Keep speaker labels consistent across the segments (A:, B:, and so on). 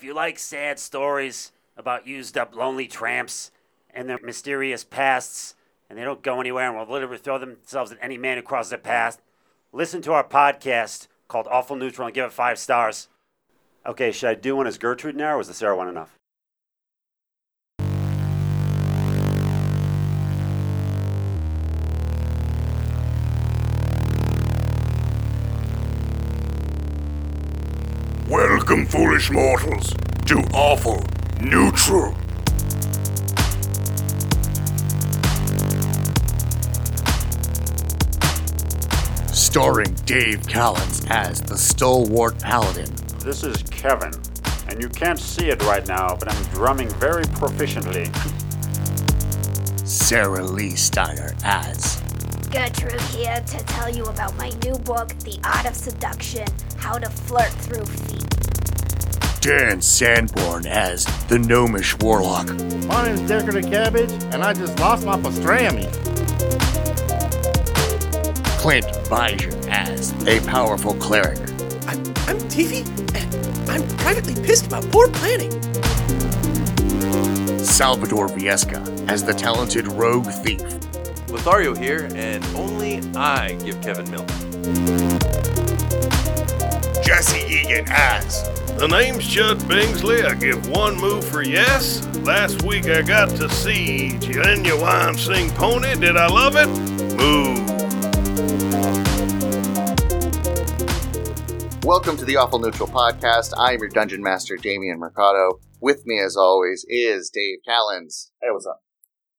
A: you like sad stories about used up lonely tramps and their mysterious pasts, and they don't go anywhere and will literally throw themselves at any man who crosses their path, listen to our podcast called Awful Neutral and give it five stars. Okay, should I do one as Gertrude now, or was the Sarah one enough?
B: Welcome, foolish mortals, to Awful Neutral. Starring Dave Collins as the stalwart paladin,
A: This is Kevin, and you can't see it right now, but I'm drumming very proficiently.
B: Sarah Lee Steiner as
C: Gertrude here to tell you about my new book, The Art of Seduction How to Flirt Through Feet.
B: Dan Sanborn as the gnomish warlock,
D: My name's Decker the Cabbage, and I just lost my pastrami.
B: Clint Bijan as a powerful cleric,
E: I'm, I'm TV, and I'm privately pissed about poor planning.
B: Salvador Viesca as the talented rogue thief,
F: Lothario here, and only I give Kevin milk.
B: Jesse Egan as
G: The name's Chud Bingsley. I give one move for yes. Last week I got to see Genuine Sing Pony. Did I love it? Move.
H: Welcome to the Awful Neutral Podcast. I am your Dungeon Master, Damian Mercado. With me, as always, is Dave Callens. Hey, what's up?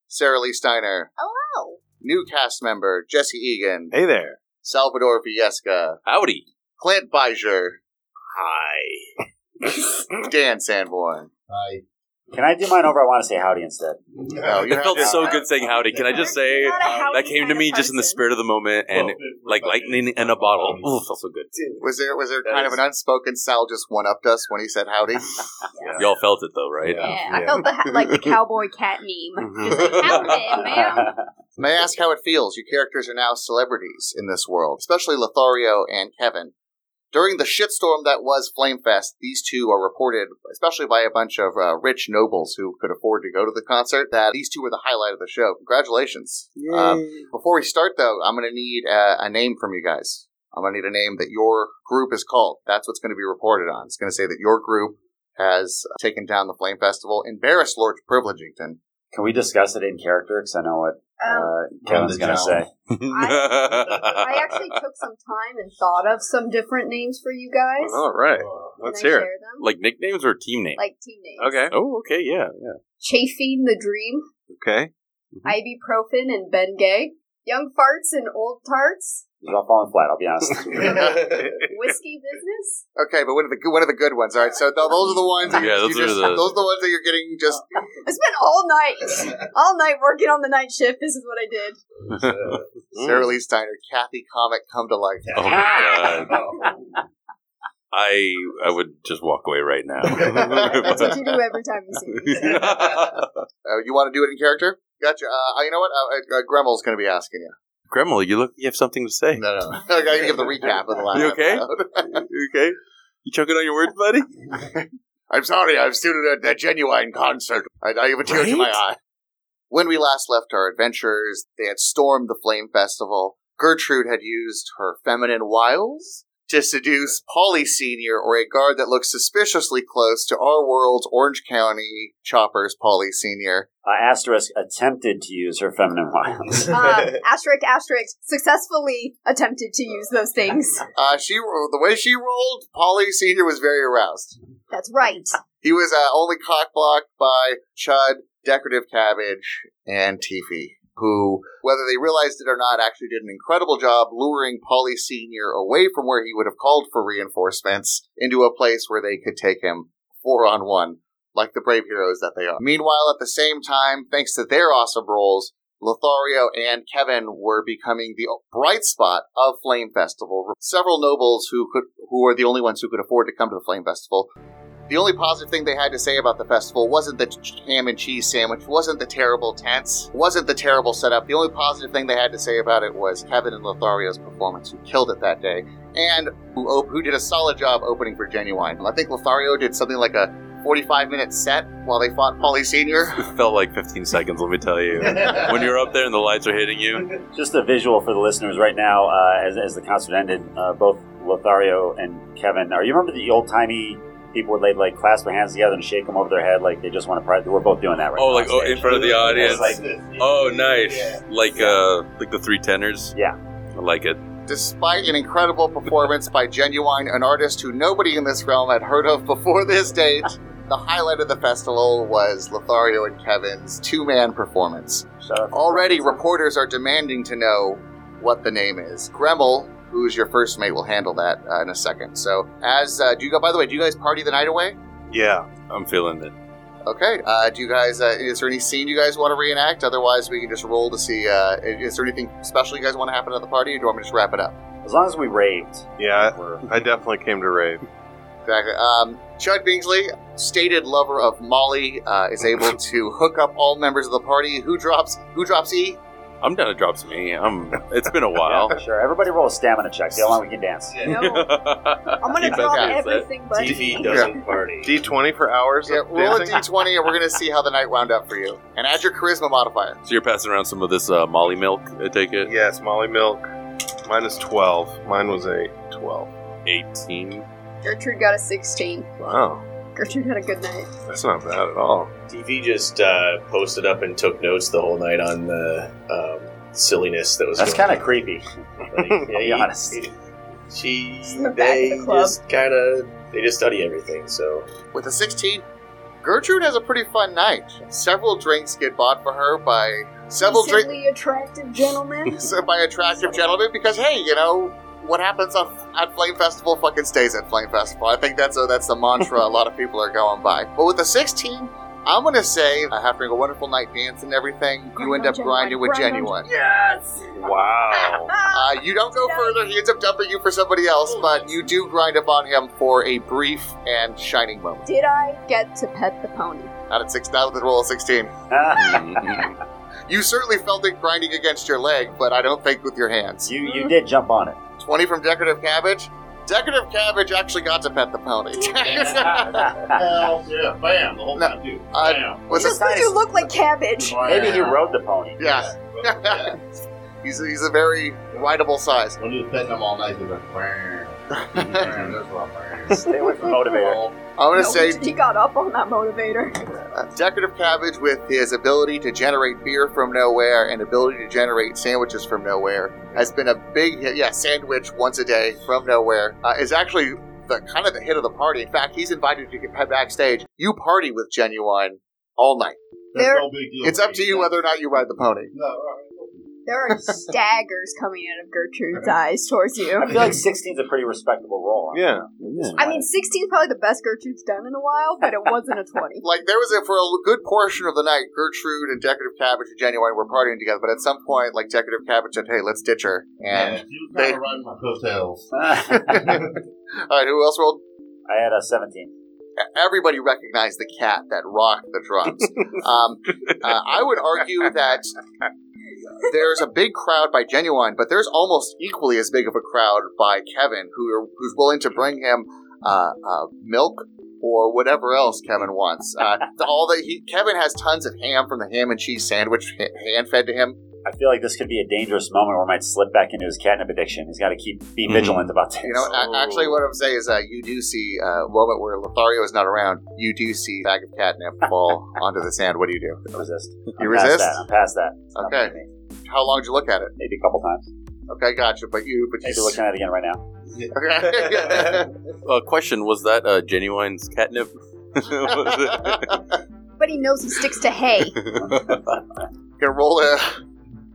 H: Sarah Lee Steiner.
I: Oh.
C: Hello.
H: New cast member, Jesse Egan.
F: Hey there.
H: Salvador Viesca.
F: Howdy.
H: Clint Beischer.
F: Hi.
H: Dan Sanborn. Hi.
A: Can I do mine over? I want to say howdy instead.
H: No, you
F: It felt
H: have-
F: so good saying howdy. Can I just say
C: You're not a howdy
F: that came to
C: kind
F: me
C: of
F: just in the
C: person.
F: spirit of the moment and like lightning
H: uh,
F: in a
H: um,
F: bottle. Oh, felt so good.
H: Was there was there
F: That
H: kind
F: is-
H: of an unspoken Sal just one upped us when he said howdy?
F: Y'all felt it though, right? Mm-hmm.
H: Yeah.
I: I felt the, ha- like the cowboy cat meme. Just like, howdy, ma'am.
H: May I ask how it feels? Your characters are now celebrities in this world, especially Lothario and Kevin. During the shitstorm that was Flamefest, these two are reported, especially by a bunch of uh, rich nobles who could afford to go to the concert, that these two were the highlight of the show. Congratulations. Um, before we start, though, I'm going to need uh, a name from you guys. I'm going to need a name that your group is called. That's what's going to be reported on. It's going to say that your group has taken down the Flame Festival, embarrassed Lord Privilegington.
A: Can we discuss it in character? Because I know what
I: Um,
A: uh, Kevin's going to say.
F: Uh,
I: I actually took some time and thought of some different names for you guys.
F: All right.
I: Can
F: Let's
I: I
F: hear it.
I: share them?
F: Like nicknames or team names?
I: Like team names.
F: okay. Oh, okay. Yeah. Yeah.
I: Chafing the Dream,
F: Okay.
I: Ibuprofen and Ben Gay, Young Farts and Old Tarts,
A: It's all falling flat, I'll be honest.
I: Whiskey Business.
H: Okay, but one of the good- one of the good ones. All right, so th- those are the ones. That
F: Yeah,
H: you
F: those are
H: just,
F: the-
H: those are the ones that you're getting. Just
I: I spent all night, all night working on the night shift. This is what I did.
H: Sarah Lee Steiner, Kathy Comic come to life.
F: Oh, my God. I I would just walk away right now.
I: That's what you do every time you see me.
H: Uh, you want to do it in character? Gotcha. Uh, you know what? Uh, uh, Gremmel's going to be asking you.
F: Gremlin, you look. You have something to say.
H: No, no. I got to give the recap of the last.
F: You okay?
H: episode.
F: okay. You choking on your words, buddy?
H: I'm sorry. I'm still at the genuine concert. I, I have a tear to my
F: Right?
H: eye. When we last left our adventurers, they had stormed the Flame Festival. Gertrude had used her feminine wiles to seduce Polly Sr., or a guard that looks suspiciously close to our world's Orange County choppers, Polly Sr.
A: uh, Asterisk attempted to use her feminine wiles.
I: Uh, asterisk, asterisk, successfully attempted to use those things.
H: Uh, she, the way she rolled, Polly Sr. was very aroused.
I: That's right.
H: He was uh, only cockblocked by Chud, Decorative Cabbage, and Tiffy, who, whether they realized it or not, actually did an incredible job luring Polly Sr. away from where he would have called for reinforcements into a place where they could take him four on one, like the brave heroes that they are. Meanwhile, at the same time, thanks to their awesome roles, Lothario and Kevin were becoming the bright spot of Flame Festival. Several nobles who could, who were the only ones who could afford to come to the Flame Festival, the only positive thing they had to say about the festival wasn't the ch- ham and cheese sandwich, wasn't the terrible tents, wasn't the terrible setup. The only positive thing they had to say about it was Kevin and Lothario's performance, who killed it that day, and who, op- who did a solid job opening for Genuine. I think Lothario did something like a 45 minute set while they fought Polly Senior.
F: Felt like 15 seconds, let me tell you. when you're up there and the lights are hitting you,
A: Just a visual for the listeners right now, uh, as, as the concert ended, uh, both Lothario and Kevin, are you remember the old timey people would like, like clasp their hands together and shake them over their head like they just want to pride? We're both doing that right
F: oh,
A: now.
F: like
A: on
F: oh, in
A: stage.
F: front of the audience.
A: It's like,
F: oh, nice. Like uh, like the three tenors.
A: Yeah.
F: I like it.
H: Despite an incredible performance by Genuine, an artist who nobody in this realm had heard of before this date, the highlight of the festival was Lothario and Kevin's two man performance.
A: shout out to-
H: Already, reporters are demanding to know what the name is. Gremmel, who's your first mate, will handle that uh, in a second. So, as uh, do you go? By the way, do you guys party the night away?
F: Yeah. I'm feeling it.
H: Okay. Uh, do you guys? Uh, is there any scene you guys want to reenact? Otherwise, we can just roll to see. Uh, is there anything special you guys want to happen at the party, or do you want me to just wrap it up?
A: As long as we raved,
J: Yeah,
A: we're
J: I definitely came to rave.
H: Exactly. Um, Chud Bingsley, stated lover of Molly, uh, is able to hook up all members of the party. Who drops? Who drops E?
F: I'm down to drop some E. I'm, it's been a
H: Oh.
F: while.
A: yeah, sure. Everybody roll a stamina check. See how long we can dance.
I: No. I'm gonna
F: Keep
I: draw
F: it down,
I: everything but
K: TV doesn't party.
J: D20 for hours
H: Yeah,
J: of
H: roll a
J: dancing?
H: d20, and we're gonna see how the night wound up for you. And add your charisma modifier.
F: So you're passing around some of this uh, Molly milk, I take it?
J: Yes, Molly Milk. Mine is 12. Mine was a 12.
F: 18.
I: Gertrude got a 16.
J: Wow.
I: Gertrude had a good night.
J: That's not bad at all.
K: TV just uh, posted up and took notes the whole night on the um, silliness that was.
A: That's
K: going
A: kind of creepy.
K: on.
A: to be honest.
K: She,
I: the back
K: they
I: of the club.
K: just kind of, they just study everything. So
H: With a 16, Gertrude has a pretty fun night. Several drinks get bought for her by several drinks
I: Decently attractive gentleman.
H: by attractive gentlemen because hey, you know what happens on, at Flame Festival fucking stays at Flame Festival. I think that's a, that's the mantra a lot of people are going by. But with a 16. I'm gonna say, uh, after a wonderful night dance and everything, you end up grinding with genuine.
I: Yes!
J: Wow.
H: Uh, you don't go further. He ends up dumping you for somebody else, but you do grind up on him for a brief and shining moment.
I: Did I get to pet the pony?
H: Out at six, out with a roll of sixteen.
F: Mm-mm.
H: You certainly felt it grinding against your leg, but I don't think with your hands.
A: you you did jump on it.
H: Twenty from decorative cabbage. Decorative cabbage actually got to pet the pony.
K: hell yeah, bam, the whole
H: No.
K: time too.
H: Uh, was
I: Just
H: it?
I: because you look like cabbage.
A: Maybe he rode the pony.
H: Yeah. he's he's a very rideable size.
K: When you're petting them all night, they're like, bam, bam, that's what I'm
A: Stay away from motivator.
H: I'm gonna
I: No,
H: say
I: he got up on that motivator.
H: Uh, Decorative Cabbage, with his ability to generate beer from nowhere and ability to generate sandwiches from nowhere, has been a big hit. Yeah, sandwich once a day from nowhere uh, is actually the kind of the hit of the party. In fact, he's invited you to get backstage. You party with Genuine all night.
I: There-
K: no big deal.
H: It's up to you whether or not you ride the pony.
I: There are staggers coming out of Gertrude's eyes towards you.
A: I feel like 16 is a pretty respectable roll.
J: Yeah.
I: I mean, 16 is probably the best Gertrude's done in a while, but it wasn't a 20.
H: Like there was a for a good portion of the night, Gertrude and Decorative Cabbage and Genuine were partying together. But at some point, like Decorative Cabbage said, "Hey, let's ditch her." And they, all
K: riding my coattails.
H: right, who else rolled? E,
A: I had a 17.
H: everybody recognized the cat that rocked the drums. um, uh, I would argue that there's a big crowd by Genuine, but there's almost equally as big of a crowd by Kevin, who are, who's willing to bring him uh, uh, milk or whatever else Kevin wants. Uh, all that he Kevin has tons of ham from the ham and cheese sandwich hand fed to him.
A: I feel like this could be a dangerous moment where I might slip back into his catnip addiction. He's got to keep
F: Hmm.
A: be vigilant about this.
H: You know, a- actually, what I'm saying is, uh, you do see uh, a moment where Lothario is not around. You do see a bag of catnip fall onto the sand. What do you do?
A: resist.
H: You
A: I'm past
H: resist?
A: that. I'm past that. It's not
H: Okay.
A: for me.
H: How long did you look at it?
A: Maybe a couple times.
H: Okay, gotcha. But you, but you.
A: Maybe looking at it again right now.
H: Okay.
F: uh, question Was that uh, Genuine's catnip? Was
I: But he knows he sticks to hay.
F: it-
H: Gonna roll a.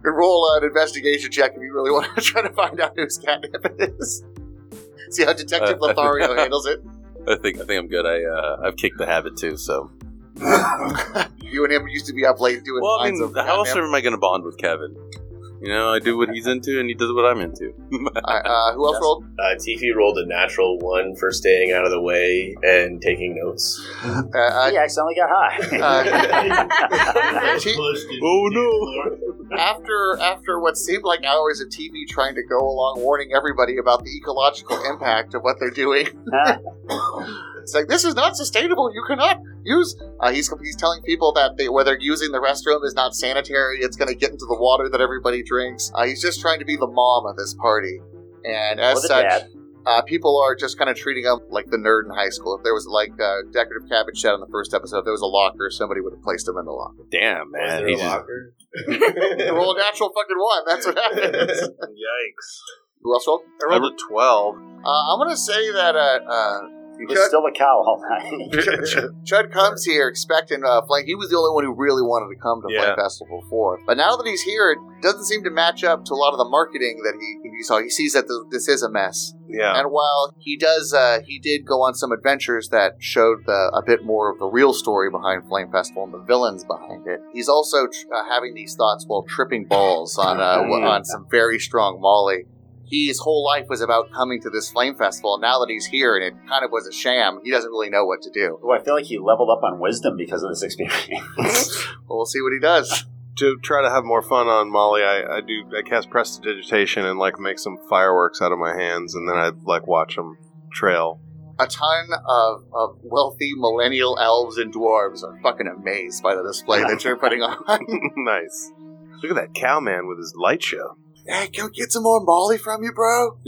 H: Gonna roll an investigation check if you really want to try to find out whose catnip it is. See how Detective
F: Uh,
H: Lothario handles it.
F: I think I think I'm good. I uh, I've kicked the habit too. So
H: You and him used to be up late doing
F: well, I
H: lines
F: mean,
H: of
F: how else
H: catnip.
F: am I going to bond with Kevin? You know, I do what he's into, and he does what I'm into.
H: Alright, uh, who else rolled?
K: Uh, Tiffy rolled a natural one for staying out of the way and taking notes.
H: Uh, uh,
A: he accidentally got high.
H: T-
F: oh no!
H: after after what seemed like hours of TV trying to go along warning everybody about the ecological impact of what they're doing, It's like this is not sustainable. You cannot use. Uh, he's he's telling people that they, where they're using the restroom is not sanitary. It's going to get into the water that everybody drinks. Uh, he's just trying to be the mom of this party, and as
A: Or the
H: such,
A: dad.
H: uh, people are just kind of treating him like the nerd in high school. If there was like uh, decorative cabbage shed in the first episode, if there was a locker, somebody would have placed him in the locker.
L: Damn,
E: Is
L: man.
E: there
L: He
E: a
L: just-
E: locker?
H: roll a natural fucking one. That's what happens.
G: Yikes.
H: Who else rolled?
L: I rolled a 12.
H: Uh, I'm going to say that. Uh, uh,
A: He was still a cow all night.
H: Chud comes here expecting uh, Flank. He was the only one who really wanted to come to
G: Yeah.
H: Flank Festival before. But now that he's here, it doesn't seem to match up to a lot of the marketing that he, he saw. He sees that th- this is a mess.
G: Yeah.
H: And while he does, uh, he did go on some adventures that showed the, a bit more of the real story behind Flame Festival and the villains behind it. He's also tr- uh, having these thoughts while tripping balls on uh, w- on some very strong Molly. His whole life was about coming to this Flame Festival. Now that he's here and it kind of was a sham, he doesn't really know what to do.
A: Ooh, I feel like he leveled up on wisdom because of this experience.
H: Well, we'll see what he does.
G: To try to have more fun on Molly, I, I do I cast prestidigitation and like make some fireworks out of my hands, and then I like watch them trail.
H: A ton of, of wealthy millennial elves and dwarves are fucking amazed by the display that you're putting on.
G: nice. Look at that cowman with his light show.
H: hey, can we get some more Molly from you, bro?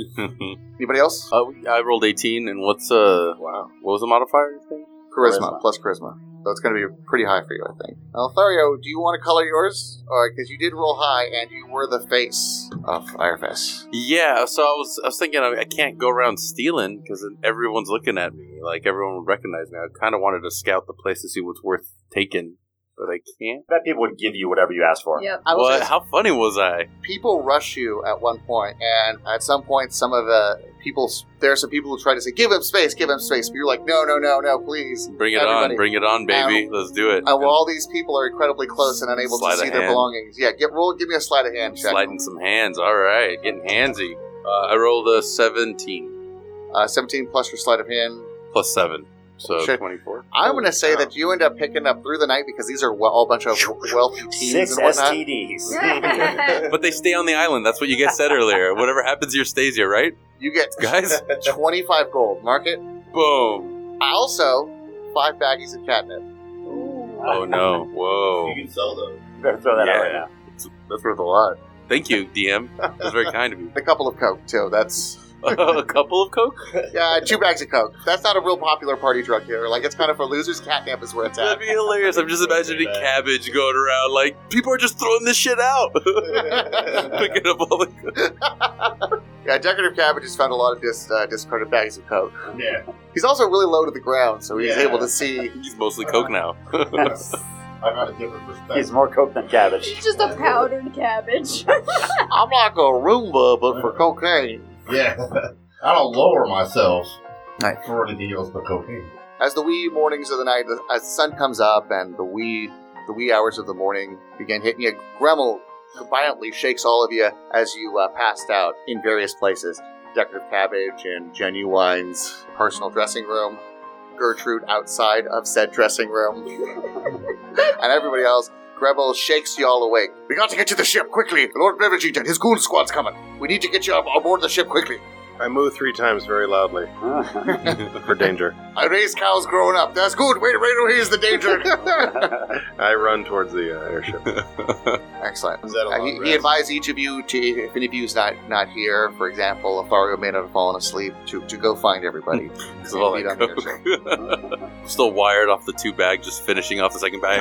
H: Anybody else?
F: Uh, I rolled 18, and what's uh? Wow, what was the modifier? Thing?
H: charisma,
A: Charisma.
H: plus charisma. So it's going to be pretty high for you, I think. Althario, do you want to color yours? All right, because you did roll high and you were the face of Firefest.
F: Yeah, so I was I was thinking I, I can't go around stealing because then everyone's looking at me, like everyone would recognize me. I kind of wanted to scout the place to see what's worth taking, but I can't.
A: I bet people would give you whatever you asked for.
I: Yep.
H: I was
F: What?
H: gonna-
F: How funny was I?
H: People rush you at one point, and at some point, some of the people there are some people who try to say, "Give him space, give him space," but you're like, "No, no, no, no, please."
F: Bring it
H: Everybody-
F: on, bring it on, baby. Let's do it.
H: Uh, well, all these people are incredibly close and unable to
F: Sleight of
H: see their
F: hand.
H: belongings. Yeah, get roll. Give me a sleight of hand check.
F: Sliding some hands. All right, getting handsy. Uh, I rolled a 17
H: Uh, Seventeen plus your sleight of hand.
F: plus seven, so
H: Shit.
F: 24.
H: I'm going to say
F: Oh.
H: that you end up picking up through the night because these are we- all bunch of wealthy teens
A: Six
H: and whatnot.
A: STDs.
F: But they stay on the island. That's what you guys said earlier. Whatever happens here stays here, right,
H: You get
F: guys?
H: 25 gold. Mark it.
F: Boom.
H: Also, five baggies of catnip.
F: Oh no. Whoa.
E: can sell those.
A: You better throw that out right now.
F: That's, that's worth a lot. Thank you, DM. That's very kind of you.
H: A couple of Coke, too. That's.
F: a couple of Coke?
H: Yeah, two bags of Coke. That's not a real popular party drug here. Like, it's kind of for losers. Catnip is where it's at.
F: That'd be hilarious. I'm just imagining cabbage going around like people are just throwing this shit out. Picking up all the
H: Yeah, decorative cabbage has found a lot of dis, uh, discarded bags of Coke.
E: Yeah.
H: He's also really low to the ground, so he's
E: Yeah.
H: able to see.
F: He's mostly Coke now.
E: I've got a different perspective.
A: He's more coke than cabbage.
I: It's just a powdered cabbage.
H: I'm like a Roomba, but for cocaine.
E: Yeah. I don't lower myself
H: Right.
E: for anything else but cocaine.
H: As the wee mornings of the night, as the sun comes up and the wee, the wee hours of the morning begin hitting you, Gremel violently shakes all of you as you uh, passed out in various places. Decorative cabbage and Genuine's personal dressing room, Gertrude outside of said dressing room, and everybody else. Gremel shakes you all awake. We got to get to the ship quickly. Lord Beverage and his goon squad's coming. We need to get you ab- aboard the ship quickly.
G: I moo three times very loudly for danger.
H: I raised cows growing up. That's good. Wait, wait, wait. Here's the danger.
G: I run towards the uh, airship.
H: Excellent.
E: Is that a
H: Uh,
E: long
H: he, he
E: rest?
H: advised each of you to, if any of you's not not here, for example, if Fario may not have fallen asleep, to, to go find everybody.
F: It's all
H: Beat
F: that
H: on your shit.
F: Coke. I'm still wired off the two bag, just finishing off the second bag.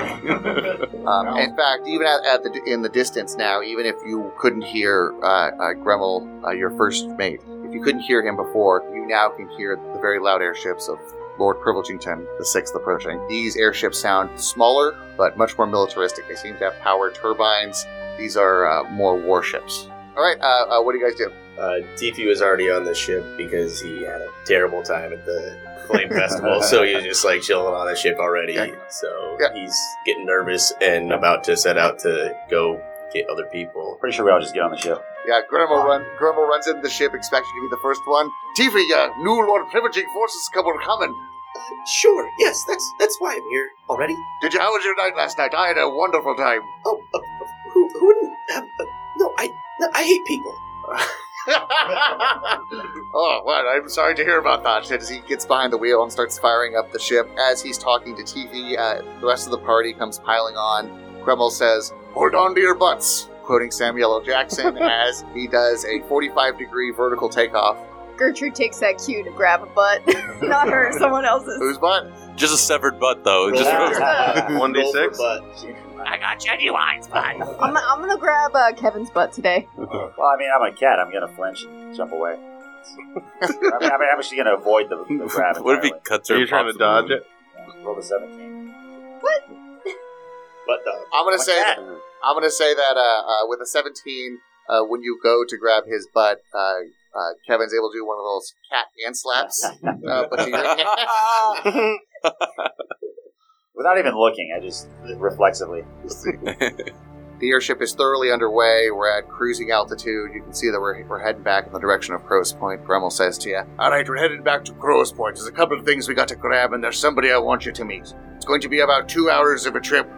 H: Um, In fact, even at, at the in the distance now, even if you couldn't hear uh, uh, Gremmel, uh, your first mate, if you couldn't hear him before, you now can hear the very loud airships of Lord Privilegington the Sixth approaching. These airships sound smaller, but much more militaristic. They seem to have power turbines. These are uh, more warships. All right, uh, uh, what do you guys do?
E: Uh, Tiffy was already on the ship because he had a terrible time at the Flame Festival, so he was just like chilling on the ship already.
H: Yeah.
E: So
H: Yeah.
E: he's getting nervous and about to set out to go get other people.
A: Pretty sure we all just get on the show.
H: Yeah, Grimo, run, Grimo runs into the ship, expecting to be the first one. Tifa, yeah, new Lord Privileging forces come are coming.
M: Sure, yes, that's that's why I'm here already.
H: Did you? How was your night last night? I had a wonderful time.
M: Oh, uh, who, who wouldn't? Um, uh, no, I no, I hate people.
H: oh, what? I'm sorry to hear about that. As he gets behind the wheel and starts firing up the ship, as he's talking to TV, uh, the rest of the party comes piling on. Kreml says, Hold on to your butts, quoting Samuel L. Jackson as he does a 45 degree vertical takeoff.
I: Gertrude takes that cue to grab a butt. Not her, someone else's.
H: Whose butt?
L: Just a severed butt, though. Just one d six.
I: I got genuine's butt. I'm, gonna- I'm gonna grab uh, Kevin's butt today.
A: well, I mean, I'm a cat. I'm gonna flinch and jump away. I mean, I'm actually gonna avoid the, the grab.
F: What if he cuts her?
A: Are you trying to
F: dodge
A: it? Roll a seventeen.
E: But dog.
H: I'm gonna say that, I'm gonna say that uh, uh, with a 17, uh, when you go to grab his butt, uh, uh, Kevin's able to do one of those cat hand slaps. uh, but to your
I: Uh,
A: Without even looking, I just reflexively.
H: The airship is thoroughly underway. We're at cruising altitude. You can see that we're, we're heading back in the direction of Crow's Point. Gremmel says to you, All right, we're headed back to Crow's Point. There's a couple of things we got to grab, and there's somebody I want you to meet. It's going to be about two hours of a trip.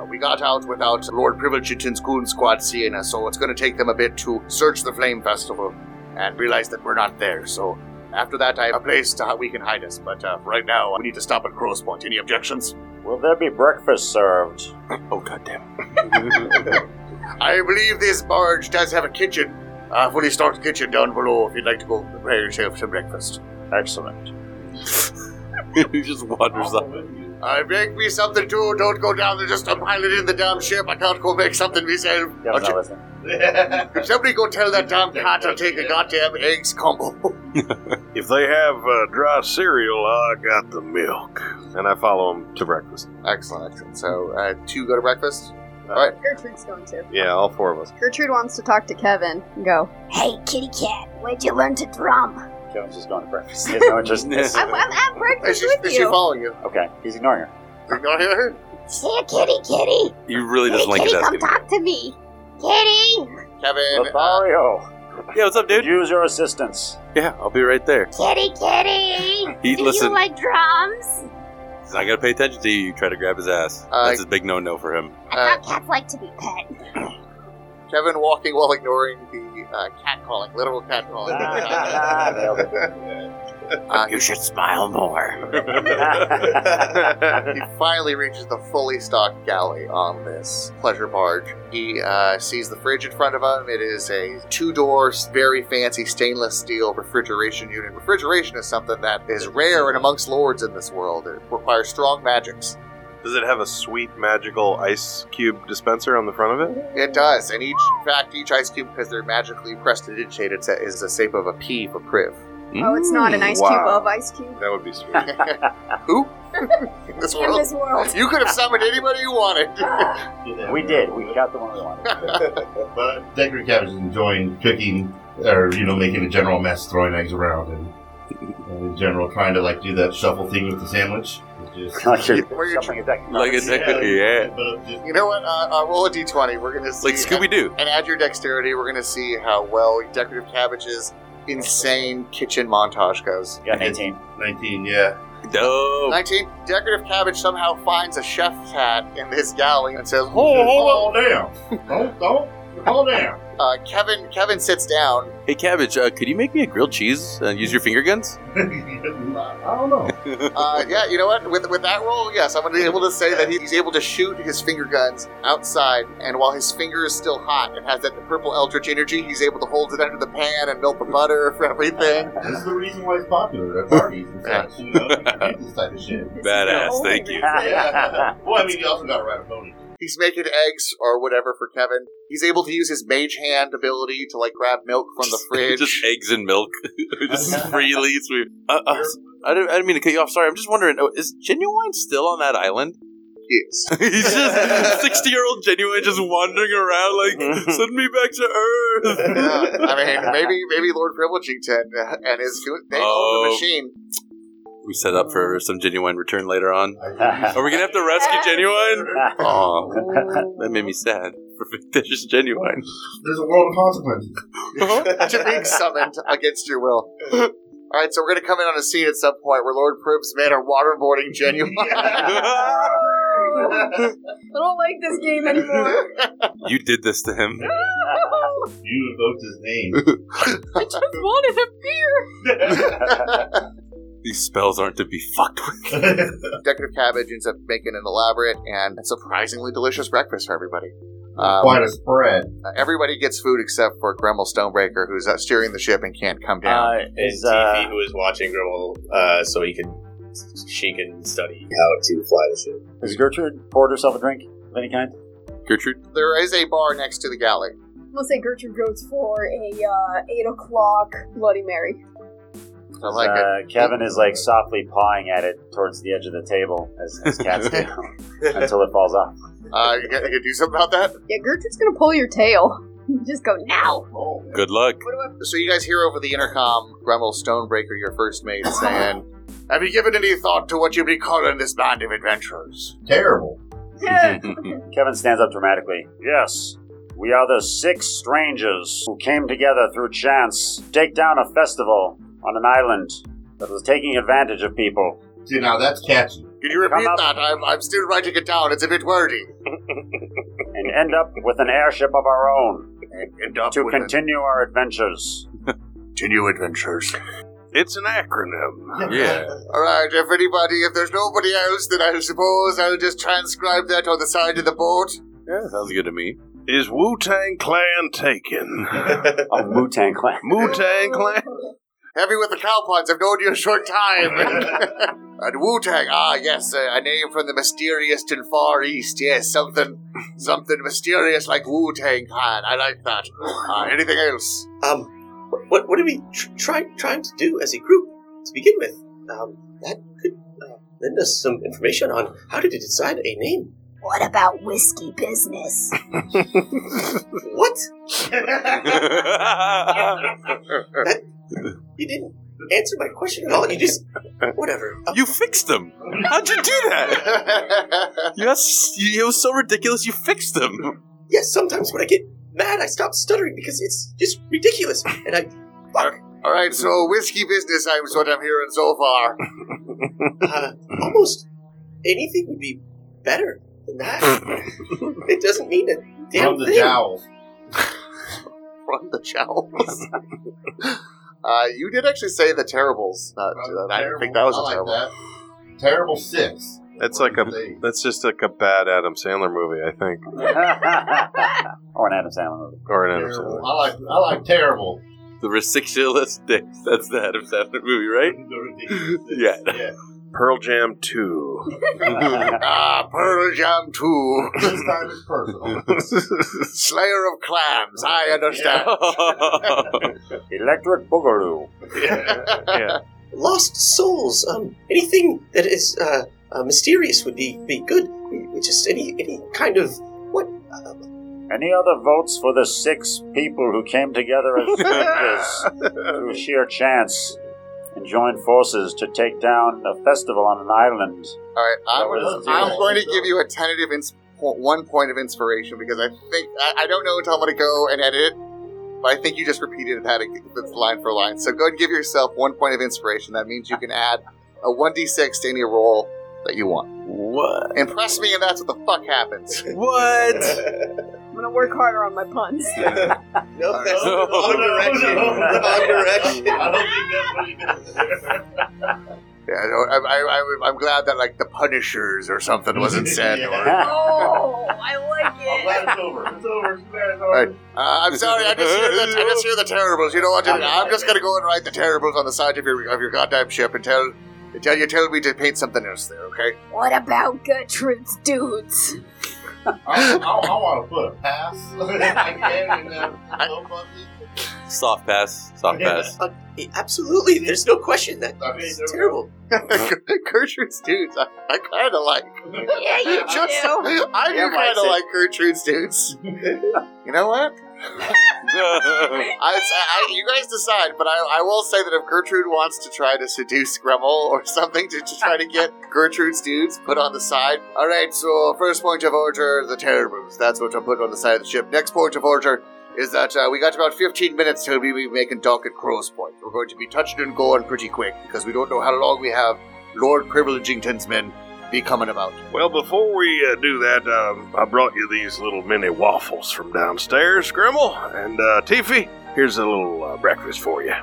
H: Uh, we got out without Lord Privilegeton's goon squad seeing us, so it's going to take them a bit to search the Flame Festival and realize that we're not there. So after that, I have a place to, we can hide us. But uh, right now, we need to stop at Crow's Point. Any objections?
A: Will there be breakfast served?
H: Oh, goddamn. I believe this barge does have a kitchen, a fully stocked kitchen down below if you'd like to go prepare yourself some breakfast.
A: Excellent.
L: he just wanders
F: Oh,
L: up.
H: I Uh, make me something too. Don't go down there just to pilot in the damn ship. I can't go make something myself.
A: Yeah,
H: Don't you- Could somebody go tell that damn cat to take a goddamn eggs combo?
G: If they have uh, dry cereal, I got the milk. And I follow them to breakfast. Uh,
H: Excellent, excellent. So, uh, two go to breakfast? All right.
I: Gertrude's going to.
G: Yeah, all four of us.
I: Gertrude wants to talk to Kevin. Go.
C: Hey, kitty cat, where'd you learn to drum?
A: Kevin's just going to breakfast. He has no interest in this.
C: I'm- I'm at breakfast
H: Is she,
C: with
H: is she
C: you.
H: following you?
A: Okay, he's ignoring her.
H: Ignore her?
C: Here, kitty, kitty.
F: You really
C: Kitty,
F: doesn't like it.
C: kitty,
F: that
C: come
F: good.
C: talk to me. Kitty.
H: Kevin.
A: Lothario.
F: Yeah, what's up, dude?
A: Use your assistance.
F: Yeah, I'll be right there.
C: Kitty, kitty.
F: He-
C: Do
F: listen.
C: you like drums?
F: He's not gonna pay attention to you. You try to grab his ass.
H: Uh,
F: That's a big no-no for him.
H: Uh,
C: Cats like to be pet.
H: Kevin walking while ignoring the uh, cat calling, literal cat calling.
F: Uh, you should smile
H: he finally reaches the fully stocked galley on this pleasure barge. He uh, sees the fridge in front of him. It is a two door, very fancy stainless steel refrigeration unit. Refrigeration is something that is rare and amongst lords in this world. It requires strong magics.
G: Does it have a sweet magical ice cube dispenser on the front of it?
H: It does, and each, in fact, each ice cube, because they're magically prestidigitated, is a- is the shape of a P for Priv.
G: Hmm.
I: Oh, it's not an ice cube
G: wow.
I: of ice cube.
G: That would be sweet.
H: Who? In this world.
I: this world.
H: You could have summoned anybody you wanted.
A: We did. We got the one we wanted.
D: But Decker Cabbage is enjoying cooking, or you know, making a general mess, throwing eggs around, and, and in general trying to like do that shuffle thing with the sandwich. It's Just,
A: Like you're
H: Where you
A: shuffling a deck. of
F: Like a
A: cards.
F: deck of- yeah.
D: but just
H: You know what? Uh, uh, roll a d20. We're gonna see
F: Like Scooby-Doo.
H: and add your dexterity. We're gonna see how well decorative cabbage's insane kitchen montage goes.
A: You got an 18.
D: 19, yeah.
F: Dope.
H: Nineteen. Decorative cabbage somehow finds a chef hat in this galley and says,
D: Oh,
H: "Hold, hold
D: hold down. Don't, don't, hold down.
H: on." Uh, Kevin. Kevin sits down.
F: Hey, Cabbage, uh, could you make me a grilled cheese and use your finger guns?
D: I don't know.
H: Uh, yeah, you know what? With with that roll, yes, I'm gonna be able to say that he's able to shoot his finger guns outside, and while his finger is still hot and has that purple eldritch energy, he's able to hold it under the pan and melt the butter for everything.
D: This is the reason why it's popular at parties and such. You know, you do this type of shit.
N: Oh
F: Badass, thank you.
D: Yeah. Well, I mean, you also got to write a bonus.
H: He's making eggs or whatever for Kevin. He's able to use his mage hand ability to like grab milk from the fridge.
F: just eggs and milk. just freely. Sweep. Uh, uh, I, didn't, I didn't mean to cut you off. Sorry, I'm just wondering, oh, is Genuine still on that island?
H: Yes.
F: He's just 60 year old Genuine just wandering around like, send me back to Earth.
H: Yeah, I mean, maybe maybe Lord Privilegington and his they own
F: Oh.
H: the machine.
F: We set up for some Genuine return later on.
D: I
F: Are we going to have to rescue Genuine?
A: All
F: Aw, that made me sad. For fictitious Genuine.
D: There's a world of consequences.
H: to being summoned against your will. All right, so we're gonna come in on a scene at some point where Lord Priv's men are waterboarding genuine.
I: I don't like this game anymore.
F: you did this to him.
I: No!
D: You invoked his name.
N: I just wanted a beer.
F: These spells aren't to be fucked with.
H: Decorative cabbage ends up making an elaborate and surprisingly delicious breakfast for everybody. Um,
D: Quite a spread.
H: Uh, Everybody gets food except for Gremel Stonebreaker, who's uh, steering the ship and can't come
A: Uh,
K: Uh,
H: down.
E: and TV, who is watching Grimmel, uh, so he can she can study how to fly the ship.
A: Has Gertrude poured herself a drink of any kind?
F: Gertrude?
H: there is a bar next to the galley.
I: Let's say Gertrude goes for a uh, eight o'clock Bloody Mary.
H: I like
A: uh, Kevin is like softly pawing at it towards the edge of the table as, as cats do until it falls off.
H: Uh, you gotta do something about that?
I: Yeah, Gertrude's gonna pull your tail. Just go now.
F: Good luck.
H: So you guys hear over the intercom Gremel Stonebreaker, your first mate, saying, Have you given any thought to what you be calling this band of adventurers?
D: Terrible.
A: Kevin stands up dramatically. Yes, we are the six strangers who came together through chance to take down a festival on an island that was taking advantage of people.
D: See, now that's catchy.
H: Can you repeat that? I'm, I'm still writing it down. It's a bit wordy.
A: and end up with an airship of our own
H: End up
A: to
H: with a-
A: continue our adventures.
H: continue adventures.
G: It's an acronym.
H: All right, if anybody, if there's nobody else, then I suppose I'll just transcribe that on the side of the boat.
F: Yeah, sounds good to me.
G: Is Wu Tang Clan taken?
F: Oh,
A: a Wu Tang Clan.
G: Wu Tang Clan.
H: Heavy with the cowpods, I've known you a short time. and Wu Tang, ah, yes, a, a name from the mysterious and far east. Yes, something, something mysterious like Wu Tang Clan. I like that. Uh, anything else?
E: Um, what- what what are we tr- try, trying to do as a group to begin with? Um, that could uh, lend us some information on how to decide a name.
C: What about whiskey business?
E: What? that, you didn't answer my question at all. You just whatever.
F: Uh, You fixed them. How'd you do that? yes, you, it was so ridiculous. You fixed them.
E: Yes, sometimes when I get mad, I stop stuttering because it's just ridiculous, and I fuck.
H: All right, so whiskey business I'm- is what I'm hearing so far.
E: uh, almost anything would be better than that. it doesn't mean a damn
D: From the
E: thing.
D: jowl.
H: From the jowls. uh, you did actually say the terribles. Not, I didn't think that was a terrible.
D: Terrible six.
G: That's like a. That's just like a bad Adam Sandler movie, I think,
A: or an Oh, Adam Sandler movie.
G: or an Adam
D: Terrible.
G: Sandler.
D: I like I like terrible.
F: The ridiculous dicks. That's the Adam Sandler movie, right?
D: The ridiculous six.
F: Yeah.
D: yeah.
G: Pearl Jam Two.
H: ah, Pearl Jam 2.
D: This time it's personal.
H: Slayer of clams, I understand.
A: Electric Boogaloo.
G: yeah.
E: Lost souls. Um, anything that is uh, uh, mysterious would be be good. We- we Just any any kind of what? Uh,
A: Any other votes for the six people who came together as strangers through sheer chance and joined forces to take down a festival on an island?
H: All right, I'm,
A: That was
H: I'm
A: terrible.
H: going to give you a tentative ins- po- one point of inspiration because I think I, I don't know until I'm going to go and edit it, but I think you just repeated that ag- that's line for line. So go ahead and give yourself one point of inspiration. That means you can add a one d six to any roll that you want.
F: What?
H: Impress me, and that's what the fuck happens.
F: What?
I: I'm gonna work harder on my puns.
E: no, that's the
F: No.
E: wrong direction.
D: no, Oh, no.
E: Wrong direction.
D: I don't think that's what he meant.
H: Yeah, I don't, I, I, I, I'm glad that like the Punishers or something wasn't said.
D: Yeah.
H: or-
I: oh, I like
D: I'm
I: it.
D: glad it's over. It's over. It's glad it's
H: All right.
D: over.
H: Uh, I'm sorry, I just hear the I just hear the terribles. You know what? I'm just gonna go and write the terribles on the side of your of your goddamn ship and tell tell you tell me to paint something else there, okay?
C: What about Gertrude's dudes?
D: I, I, I want to put a pass. I can, and, uh, no fucking-
F: Soft pass. Soft pass.
E: Uh, absolutely. There's no question that
D: I mean,
E: it's
D: there we
E: terrible.
H: Gertrude's dudes, I, I kind of like.
I: Yeah, you
H: Just
I: do.
H: I do
A: Yeah, mine's
H: kind of
A: it.
H: like Gertrude's dudes. you know what?
F: I
H: I, I, you guys decide, but I, I will say that if Gertrude wants to try to seduce Gremmel or something to, to try to get Gertrude's dudes put on the side. All right, so first point of order, the terribles. That's what I put on the side of the ship. Next point of order is that uh, we got about 15 minutes till we be making dock at Crow's Point. We're going to be touching and going pretty quick because we don't know how long we have Lord Privilegington's men be coming about.
G: Well, before we uh, do that, um, I brought you these little mini waffles from downstairs, Grimmel and uh, Tiffy. Here's a little uh, breakfast for you.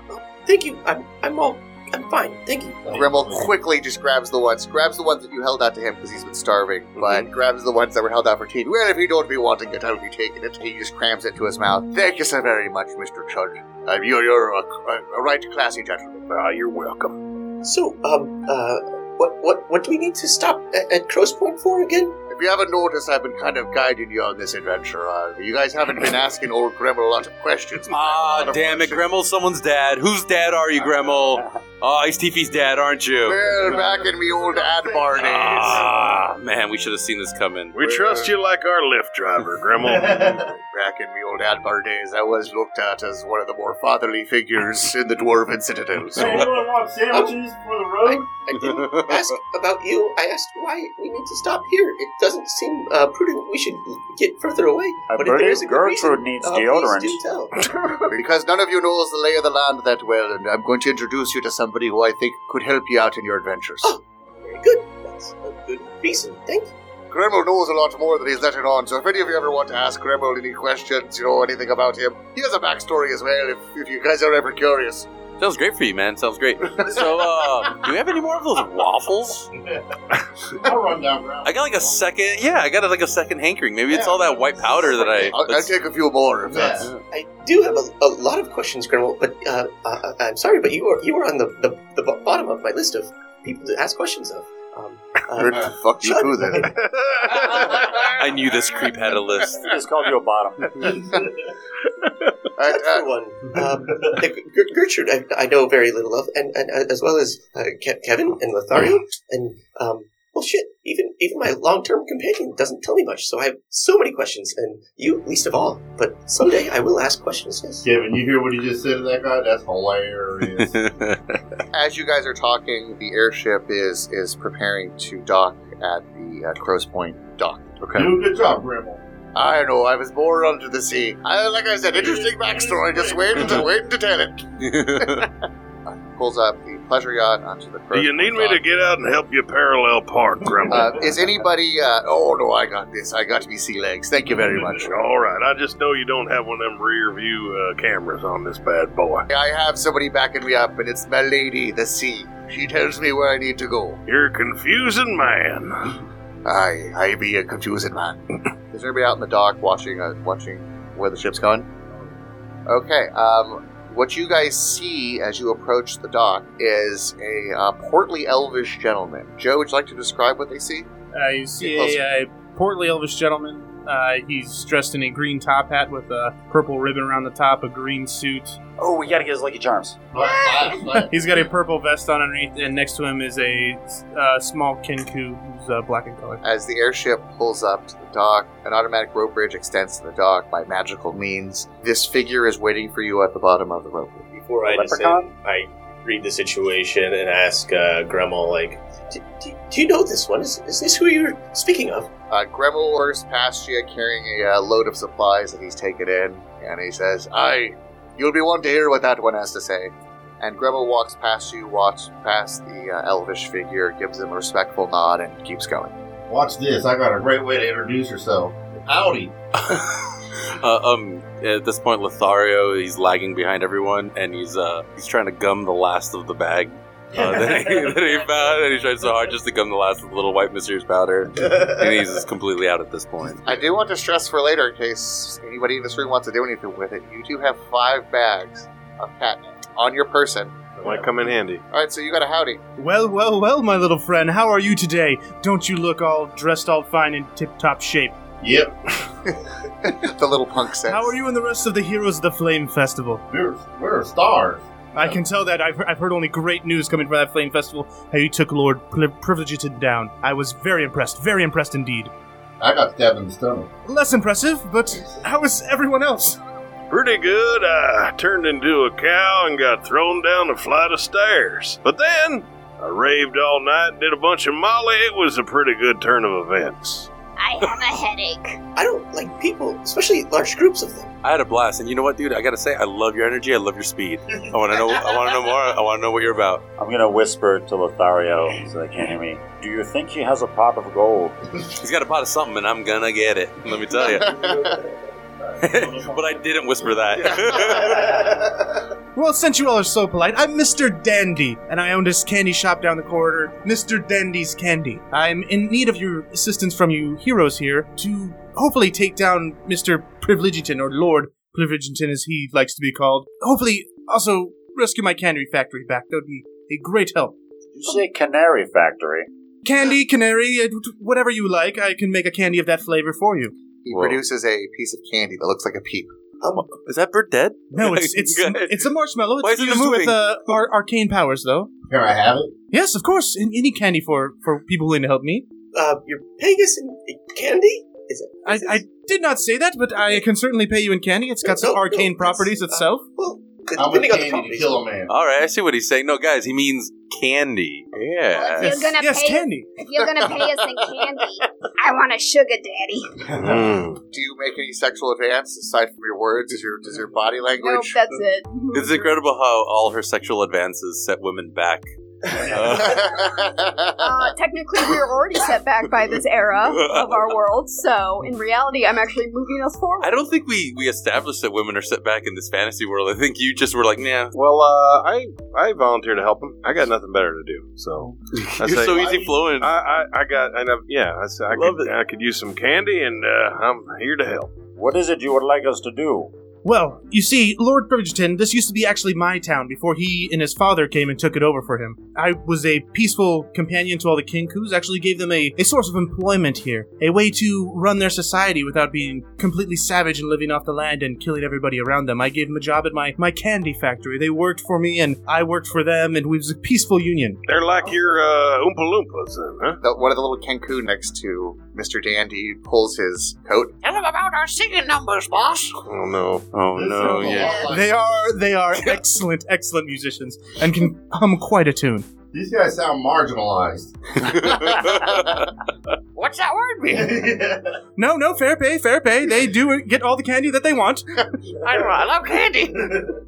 E: Thank you. I'm, I'm all. I'm fine. Thank you.
H: Grimble quickly just grabs the ones, grabs the ones that you held out to him because he's been starving,
F: Mhm.
H: but grabs the ones that were held out for Teen. Well, if you don't be wanting it, I'll be taking it. He just crams it to his mouth. Thank you so very much, Mr. Chud. Uh, you're you're a, a, a right classy gentleman.
G: Ah, you're welcome.
E: So, um, uh, what, what, what do we need to stop at, at Cross Point for again?
H: If you haven't noticed, I've been kind of guiding you on this adventure. Uh, you guys haven't been asking old Grimble a lot of questions.
F: Ah, damn it, Gremel, someone's dad. Whose dad are you, Gremel? Oh, he's Tiffy's dad, aren't you?
H: Well, back in me old Adbar days.
F: Ah, man, we should have seen this coming.
G: We trust you like our Lyft driver, Grimmel.
H: Back in me old Adbar days, I was looked at as one of the more fatherly figures in the Dwarven Citadel. So,
O: Anyone want sandwiches for the road?
E: Um, I didn't ask about you. I asked why we need to stop here. It doesn't seem uh, prudent. We should get further away.
A: I
E: but if there
A: believe
E: is a good
A: Gertrude
E: reason,
A: needs
E: uh, please
A: deodorant.
E: do tell.
H: because none of you knows the lay of the land that well, and I'm going to introduce you to somebody who I think could help you out in your adventures.
E: Oh. Very good. That's a good reason. Thank you.
H: Gremel knows a lot more than he's letting on, so if any of you ever want to ask Gremel any questions, you know, anything about him, he has a backstory as well, if, if you guys are ever curious.
F: Sounds great for you, man. Sounds great. So, uh, do you have any more of those waffles?
D: I'll run down Brown.
F: I got like a second. Yeah, I got like a second hankering. Maybe it's all that white powder that I.
H: I'll, I'll
F: that's-
H: take a few more if that's.
E: I do have a, a lot of questions, Grimwald, but uh, uh, I'm sorry, but you are you are on the, the, the bo- bottom of my list of people to ask questions of. Um,
H: Where the
E: uh,
H: fuck you do then?
F: I knew this creep had a list.
A: He just called you a bottom.
E: for one, uh, um, uh, Ger- Gertrude, I, I know very little of, and, and uh, as well as uh, Ke- Kevin and Lothario, and um, well, shit, even even my long term companion doesn't tell me much, so I have so many questions, and you least of all. But someday I will ask questions. Yes.
D: Kevin, you hear what he just said to that guy? That's hilarious.
H: As you guys are talking, the airship is is preparing to dock at the uh, Crows Point dock.
D: You do a good job, Grandma.
H: I know, I was born under the sea. I, like I said, interesting backstory, just waiting to, waiting to tell it. Pulls up the pleasure yacht onto the
G: Do
H: Crows
G: you
H: Point
G: need me
H: dock.
G: to get out and help you parallel park, Grimmel?
H: Uh, is anybody? Uh, oh no, I got this. I got me sea legs. Thank you very much.
G: All right, I just know you don't have one of them rear view uh, cameras on this bad boy.
H: I have somebody backing me up, and it's my lady, the sea. She tells me where I need to go.
G: You're a confusing man.
H: I I be a confusing man. Is anybody out in the dock watching uh, watching where the ship's going? Okay. Um, what you guys see as you approach the dock is a uh, portly, elvish gentleman. Joe, would you like to describe what they see?
O: Uh, you see
H: Get
O: a uh, portly elvish gentleman. Uh, he's dressed in a green top hat with a purple ribbon around the top, a green suit.
A: oh, we gotta get his lucky charms.
O: He's got a purple vest on underneath, and next to him is a uh, small kinku who's uh, black in color.
H: As the airship pulls up to the dock, an automatic rope bridge extends to the dock by magical means. This figure is waiting for you at the bottom of the rope.
K: Before I descend, I read the situation and ask uh, Gremmel, like,
E: Do, do, do you know this one? Is, is this who you're speaking of?
H: Uh, Gremel works past you carrying a uh, load of supplies that he's taken in, and he says, "I, you'll be one to hear what that one has to say." And Gremel walks past you, walks past the uh, elvish figure, gives him a respectful nod, and keeps going.
D: Watch this. I got a great way to introduce yourself. Howdy.
F: Uh, um, at this point, Lothario he's lagging behind everyone, and he's uh he's trying to gum the last of the bag. Uh, that, he, that he found, and he tried so hard just to gum the last of the little white mysterious powder, and he's just completely out at this point.
H: I do want to stress for later, in case anybody in this room wants to do anything with it, you do have five bags of catnip on your person.
G: Might come in handy.
H: All right, so you got a howdy.
O: Well, well, well, my little friend, how are you today? Don't you look all dressed all fine in tip top shape?
D: Yep.
H: the little punk says.
O: How are you and the rest of the heroes of the Flame Festival?
D: We're, we're stars.
O: I can tell that. I've, I've heard only great news coming from that Flame Festival. How you took Lord Pri- Privilegiton down. I was very impressed, very impressed indeed.
D: I got stabbed in the stomach.
O: Less impressive, but how is everyone else?
G: Pretty good. I turned into a cow and got thrown down a flight of stairs. But then I raved all night, did a bunch of Molly. It was a pretty good turn of events.
C: I I have a headache.
E: I don't like people, especially large groups of them.
F: I had a blast, and you know what, dude? I gotta say, I love your energy. I love your speed. I want to know. I want to know more. I want to know what you're about.
A: I'm gonna whisper to Lothario so they can't hear me. Do you think he has a pot of gold?
F: He's got a pot of something, and I'm gonna get it. Let me tell you. but I didn't whisper that.
O: Well, since you all are so polite, I'm Mr. Dandy, and I own this candy shop down the corridor, Mr. Dandy's Candy. I'm in need of your assistance from you heroes here to hopefully take down Mr. Privilegington, or Lord Privilegington as he likes to be called. Hopefully, also rescue my candy factory back. That would be a great help.
A: Did you say Canary Factory?
O: Candy, canary, uh, whatever you like, I can make a candy of that flavor for you.
H: He produces a piece of candy that looks like a peep.
F: Um, is that bird dead?
O: No, it's it's it's a marshmallow. It's used with uh, ar- arcane powers, though.
D: Here I have it.
O: Yes, of course. And any candy for for people willing to help me.
E: Uh, your Pegasus in candy? Is it?
O: I, I did not say that, but I can certainly pay you in candy. It's got some
E: No, no,
O: arcane
E: it's,
O: properties
E: uh,
O: itself.
E: Well,
D: I'm
E: depending on the
D: candy to
E: company.
D: kill a man.
F: All right, I see what he's saying. No, guys, he means candy. Yeah.
C: You're gonna pay If you're gonna pay us in candy, I want a sugar daddy.
F: Hmm.
H: Do you make any sexual advance aside from your words? Is your does your body
I: Nope,
H: language?
I: that's it.
F: It's incredible how all her sexual advances set women back. Uh,
I: Uh, technically, we are already set back by this era of our world, so in reality, I'm actually moving us forward.
F: I don't think we, we established that women are set back in this fantasy world. I think you just were like, nah.
G: Well, uh, I I volunteer to help him. I got nothing better to do, so
F: You're so easy flowing.
G: I, I, I got I know- yeah. I, s- I could, I could use some candy, and uh, I'm here to help.
A: What is it you would like us to do?
O: Well, you see, Lord Bridgerton, this used to be actually my town before he and his father came and took it over for him. I was a peaceful companion to all the Kinkus, actually gave them a, a source of employment here, a way to run their society without being completely savage and living off the land and killing everybody around them. I gave them a job at my, my candy factory. They worked for me and I worked for them, and we was a peaceful union.
G: They're like your uh, Oompa Loompas, then, huh?
H: The- one of the little Kenku next to Mr. Dandy pulls his coat.
B: Tell him about our singing numbers, boss.
G: Oh no!
F: Oh
H: no!
O: Yeah. They are they are excellent, excellent musicians and can hum quite a tune.
D: These guys sound marginalized.
B: What's that word mean?
O: No, no, fair pay, fair pay. They do get all the candy that they want.
B: I don't know. I love candy.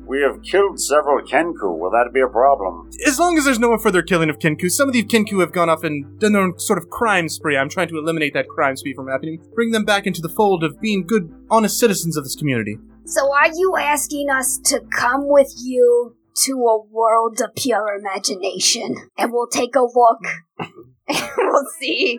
A: We have killed several Kenku. Will that be a problem?
O: As long as there's no further killing of Kinku, some of these Kinku have gone off and done their own sort of crime spree. I'm trying to eliminate that crime spree from happening, bring them back into the fold of being good, honest citizens of this community.
C: So, are you asking us to come with you to a world of pure imagination? And we'll take a look. and we'll see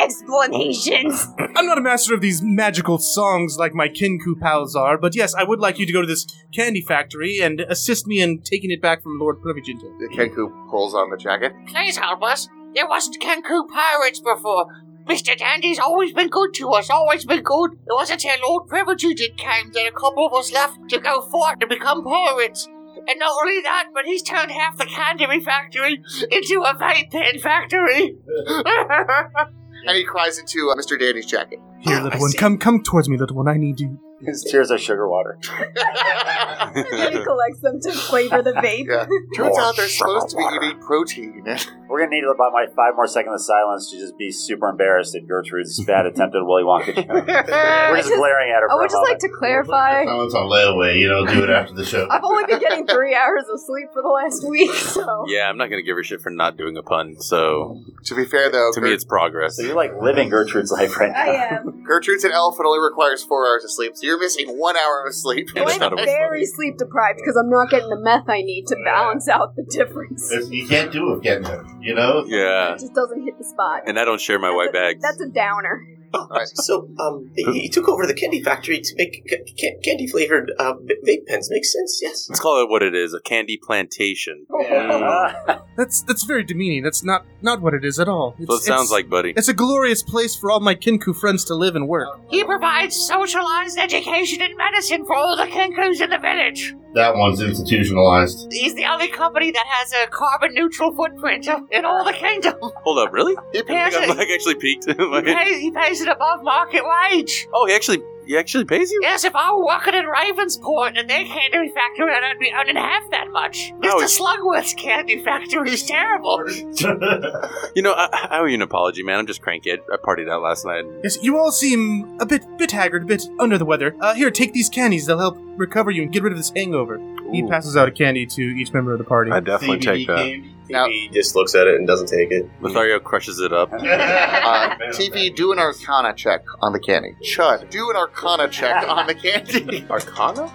C: explanations.
O: I'm not a master of these magical songs like my Kinku pals are, but yes, I would like you to go to this candy factory and assist me in taking it back from Lord Privigento.
H: The Kenku pulls on the jacket.
B: Please help us. There wasn't Cancun pirates before. Mr. Dandy's always been good to us, always been good. It wasn't till Lord Privileged came that a couple of us left to go forth and become pirates. And not only that, but he's turned half the candy factory into a vape pen factory.
H: And he cries into uh, Mr. Dandy's jacket.
O: Here, little one, come come towards me, little one. I need you.
A: His tears are sugar water.
I: Then he collects them to flavor the vape.
H: Turns out they're supposed to be eating protein.
A: We're gonna need about my five more seconds of silence to just be super embarrassed at Gertrude's bad attempt at Willy Wonka. joke. We're just glaring at her.
I: I
A: for a
I: would just like
A: moment.
I: to clarify.
D: Someone's on layaway, you know, do it after the show.
I: I've only been getting three hours of sleep for the last week, so
F: yeah, I'm not going to give her shit for not doing a pun, so.
H: To be fair, though.
F: To me, it's progress. So
A: you're like living Gertrude's life right
I: I am.
H: Gertrude's an elf and only requires four hours of sleep, so you're missing one hour of sleep.
I: I'm very sleep deprived because I'm not getting the meth I need to balance out the difference.
D: It's- you can't do it getting them, you know?
F: Yeah.
I: It just doesn't hit the spot.
F: And I don't share my white bag.
I: That's a downer.
E: Oh, So, um, he, he took over the candy factory to make c- ca- candy flavored uh, va- vape pens. Makes sense, yes.
F: Let's call it what it is a candy plantation.
E: Oh,
O: That's that's very demeaning. That's not not what it is at all. It's,
F: So it sounds
O: it's-
F: like, buddy.
O: It's a glorious place for all my Kinku friends to live and work.
B: he provides socialized education and medicine for all the Kenkus in the village.
D: That one's institutionalized.
B: He's the only company that has a carbon neutral footprint in all the kingdom.
F: Hold up, really?
B: He
F: Like,
B: pays,
F: I'm
B: it,
F: like actually peaked.
B: he
F: Like-
B: pays, he pays it above market wage.
F: oh, he actually He actually pays you?
B: Yes, if I were working in Ravensport and their candy factory, I'd be earning half that much.
F: No,
B: Mr.
F: it's-
B: Slugworth's candy factory is terrible.
F: You know, I, I owe you an apology, man. I'm just cranky. I, I partied out last night.
O: Yes, you all seem a bit bit haggard, a bit under the weather. Uh, here, take these candies. They'll help recover you and get rid of this hangover. He
K: Ooh.
O: passes out a candy to each member of the party. I
F: definitely take that.
K: He just looks at it and doesn't take it.
F: Lothario crushes it up.
H: Uh, TV, do an Arcana check on the candy. Chud, do an Arcana check on the candy.
F: Arcana?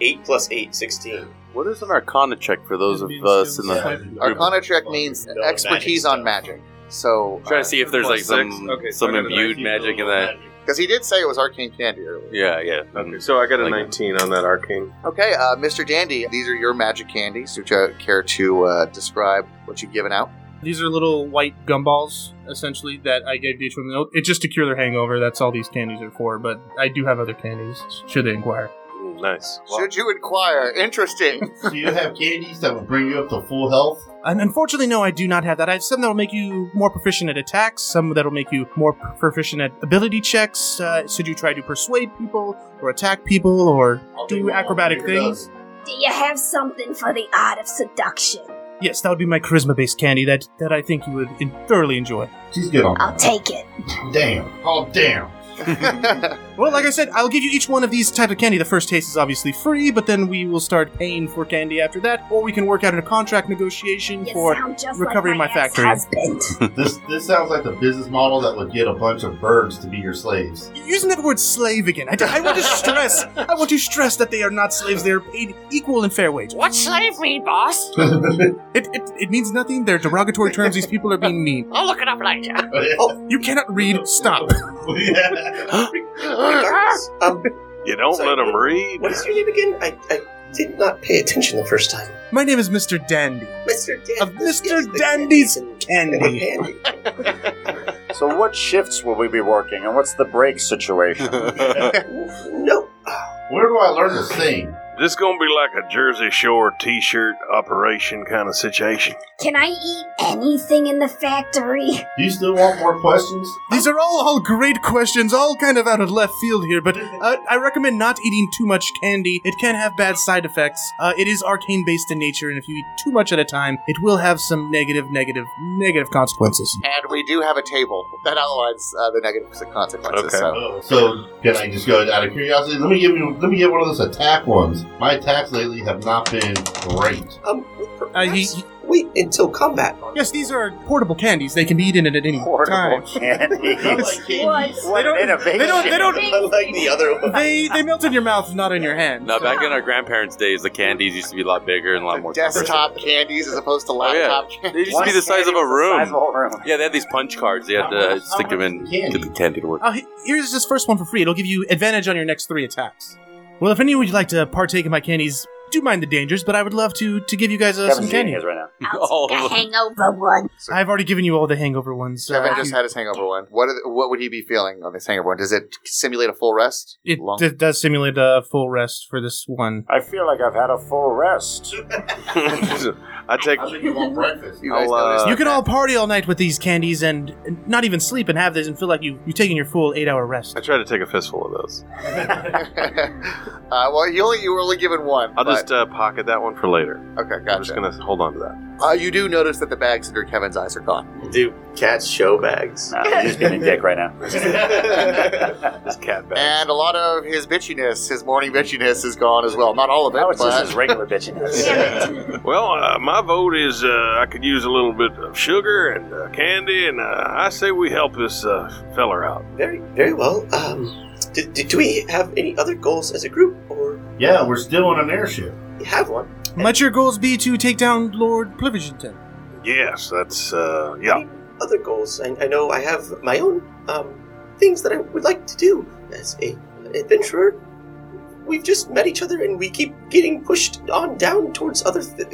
K: 8 plus 8, 16.
F: What is an Arcana check for those of us in the group?
H: Arcana check means expertise on magic. So
F: Trying to see if there's like some some imbued magic in that.
H: because he did say it was arcane candy earlier.
F: Yeah, yeah.
L: Okay, so I got a
F: Like-
L: 19 on that arcane.
H: Okay, uh, Mr. Dandy, these are your magic candies. Would you care to uh, describe what you've given out?
O: These are little white gumballs, essentially, that I gave to each Oh, one. It's just to cure their hangover. That's all these candies are for. But I do have other candies, should they inquire.
F: Nice.
H: Should you inquire? Interesting.
D: Do you have candies that will bring you up to full health?
O: And unfortunately, no, I do not have that. I have some that'll make you more proficient at attacks, some that'll make you more pr- proficient at ability checks. Uh, should you try to persuade people, or attack people, or do acrobatic things?
C: Do you have something for the art of seduction?
O: Yes, that would be my charisma based candy that, that I think you would in- thoroughly enjoy.
D: She's good on
C: I'll take it.
D: Damn. Oh, damn.
O: Well, like I said, I'll give you each one of these type of candy. The first taste is obviously free, but then we will start paying for candy after that, or we can work out a contract negotiation for
C: sound just like
O: recovering
C: my
O: my, factory.
D: this this sounds like the business model that would get a bunch of birds to be your slaves.
O: You're Using that word slave again, I, I want to stress. I want to stress that they are not slaves. They are paid equal and fair wage.
B: What slave mean, boss?
O: it, it, it means nothing. They're derogatory terms. These people are being mean.
B: I'll look it up later.
O: Oh, you cannot read. Stop.
E: Regardless, um,
L: You don't let them read.
E: what is your name again? I, I did not pay attention the first time.
O: My name is Mr. Dandy.
E: Mr. Dandy.
O: Of Mr. Dandy's Candy.
A: So, what shifts will we be working, and what's the break situation?
E: no.
D: Where do I learn to sing?
G: This gonna be like a Jersey Shore T-shirt operation kind of situation.
C: Can I eat anything in the factory?
D: Do you still want more questions?
O: These are all, all great questions, all kind of out of left field here, but uh, I recommend not eating too much candy. It can have bad side effects. Uh, it is arcane based in nature, and if you eat too much at a time, it will have some negative, negative, negative consequences.
H: And we do have a table that outlines uh, the negative consequences. So.
D: Oh, So can I just go out of curiosity? Let me give you. Let me get one of those attack ones. My attacks lately have not been great.
E: Um,
O: Wait
E: until combat.
O: Yes, these are portable candies. They can be eaten at any time.
A: What an
O: They don't. They don't.
E: Unlike the other one.
O: They they melt in your mouth, not in your hand.
F: No, back in our grandparents' days, the candies used to be a lot bigger and a lot more.
H: Desktop candies as opposed to laptop
F: Oh, They
H: candies.
F: used to be the size of a room.
H: size of a
F: Yeah, they had these punch cards. They had to stick them in, get the candy to work.
O: Uh, he- here's this first one for free. It'll give you advantage on your next three attacks. Well, if any would like to partake in my candies, do mind the dangers, but I would love to to give you guys uh,
A: Kevin's
O: some
A: eating
O: candy.
A: his right now.
C: The hangover one.
O: I've already given you all the hangover ones. uh,
H: Kevin
O: if
H: just
O: you-
H: had his hangover one. What are the, what would he be feeling on this hangover one? Does it simulate a full rest?
O: it d- does simulate a full rest for this one.
A: I feel like I've had a full rest.
F: I take.
D: you want breakfast.
H: You
F: I'll, uh,
O: you can all party all night with these candies and, and not even sleep and have this and feel like you, you're taking your full eight hour rest.
F: I try to take a fistful of those.
H: Uh, well, you only you were only given one.
F: I'll
H: but-
F: just uh, pocket that one for later.
H: Okay,
F: I'm just gonna hold on to that.
H: Uh, you do notice that the bags under Kevin's eyes are gone.
E: Do cats show bags?
A: Nah, he's just being a dick right now.
F: This cat bag.
H: And a lot of his bitchiness, his morning bitchiness, is gone as well. Not all of it,
A: Now it's
H: but
A: just his regular bitchiness.
G: Well, uh, my vote is uh, I could use a little bit of sugar and uh, candy, and uh, I say we help this uh, feller out.
E: Very, very well. Um, do, do, do we have any other goals as a group, or
D: Yeah, we're still on an airship.
E: you have one?
O: Let your goals be to take down Lord Pliverton.
G: Yes, that's uh, yeah.
E: Other goals? I, I know I have my own um, things that I would like to do as a an adventurer. We've just met each other, and we keep getting pushed on down towards other th-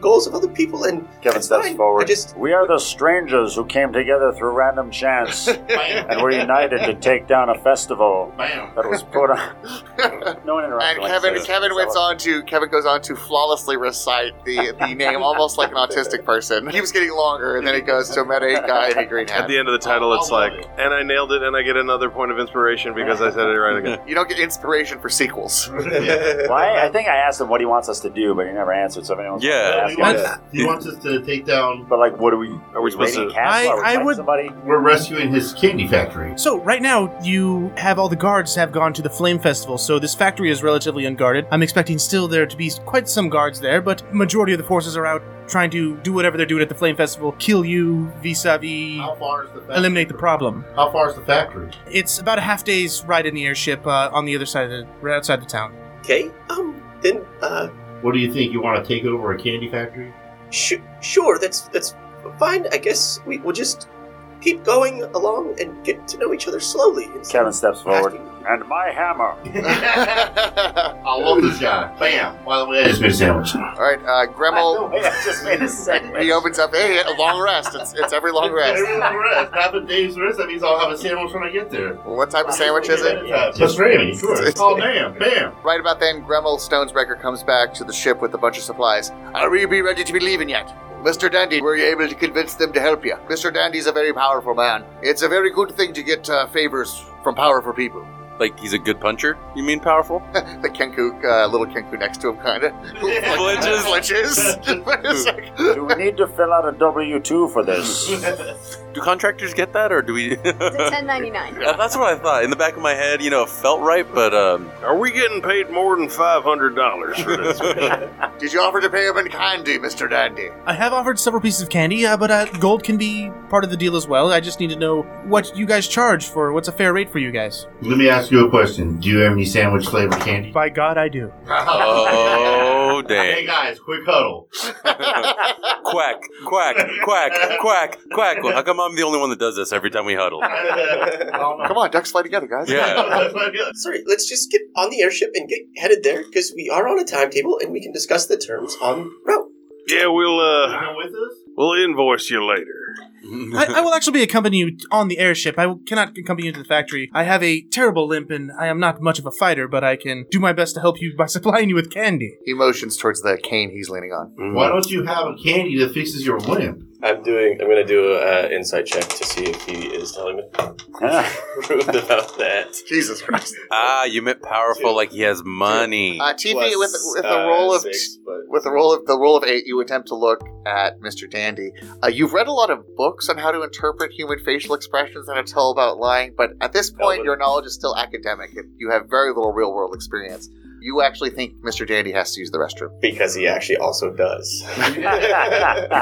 E: goals of other people, and
A: Kevin steps forward. we are the strangers who came together through random chance and were united to take down a festival that was put on. no one interrupted.
H: And Kevin, Kevin went on to Kevin goes on to flawlessly recite the, the name almost like an autistic person. He was getting longer, and then it goes to a Meta Eight guy in a green hat.
G: At the end of the title, it's like, and I nailed it, and I get another point of inspiration because I said it right again.
H: You don't get inspiration for sequels.
A: Well, I, I think I asked him what he wants us to do, but he never answered. So if anyone wants to ask
D: he
A: him-
D: wants, he wants us to take down.
A: But like, what are we? Are
D: we
A: supposed raiding to- castle? Are we fighting somebody?
D: We're rescuing his candy factory.
O: So right now, you have all the guards have gone to the Flame Festival, so this factory is relatively unguarded. I'm expecting still there to be quite some guards there, but majority of the forces are out trying to do whatever they're doing at the Flame Festival, kill you vis-a-vis,
D: How far is the factory?
O: eliminate the problem.
D: How far is the factory?
O: It's about a half day's ride in the airship uh, on the other side of the, right outside the town.
E: Okay. Um. Then. Uh.
D: What do you think? You want to take over a candy factory?
E: Sh- sure. That's that's fine. I guess we will just keep going along and get to know each other slowly.
A: Kevin steps forward. And my hammer.
D: I love this guy. Bam. By the way, I just made a sandwich.
H: All right, uh, Gremel.
A: just made a
H: He opens up. Hey, a long rest. It's, it's every long rest.
D: Every long rest. Half a day's rest. That means I'll have a sandwich when I get there.
H: What type of sandwich is it?
D: Pastrami, sure. Oh, bam, bam.
H: Right about then, Gremel Stonesbreaker comes back to the ship with a bunch of supplies. Are we be ready to be leaving yet? Mr. Dandy, were you able to convince them to help you? Mr. Dandy's a very powerful man. It's a very good thing to get uh, favors from powerful people.
F: Like he's a good puncher. You mean powerful?
H: the Kenku, uh, little Kenku next to him, kinda.
F: Flinches.
H: Flinches. It's like-
A: do we need to fill out a W two for this?
F: Do contractors get that, or do we?
I: Ten ninety nine.
F: Yeah, that's what I thought. In the back of my head, you know, it felt right, but um,
G: Are we getting paid more than five hundred dollars for this?
H: Did you offer to pay him in candy, Mr. Dandy?
O: I have offered several pieces of candy, uh, but uh, gold can be part of the deal as well. I just need to know what you guys charge for. What's a fair rate for you guys?
D: Let me ask you a question. Do you have any sandwich flavored candy?
O: By God, I do.
F: oh dang!
D: Hey guys, quick huddle.
F: quack, quack, quack, quack, quack. Well, how come I'm the only one that does this every time we huddle?
H: Come on, ducks fly together, guys.
F: Yeah.
E: Sorry, let's just get on the airship and get headed there because we are on a timetable and we can discuss the terms on route.
G: yeah, we'll uh, we'll invoice you later.
O: I, I will actually be accompanying you on the airship. I cannot accompany you to the factory. I have a terrible limp, and I am not much of a fighter, but I can do my best to help you by supplying you with candy.
H: He motions towards the cane he's leaning on.
D: Why don't you have a candy that fixes your limp?
K: I'm doing. I'm gonna do an insight check to see if he is telling me truth about that.
H: Jesus Christ!
F: Ah, you meant powerful, like he has money.
H: Uh, TV
K: Plus,
H: with with the
K: uh,
H: roll of
K: six, but-
H: with the roll of the roll of eight, you attempt to look at Mr. Dandy. Uh, you've read a lot of books on how to interpret human facial expressions and how to tell about lying, but at this point, your knowledge is still academic. It- You have very little real world experience. You actually think Mr. Dandy has to use the restroom
E: because he actually also does.
H: you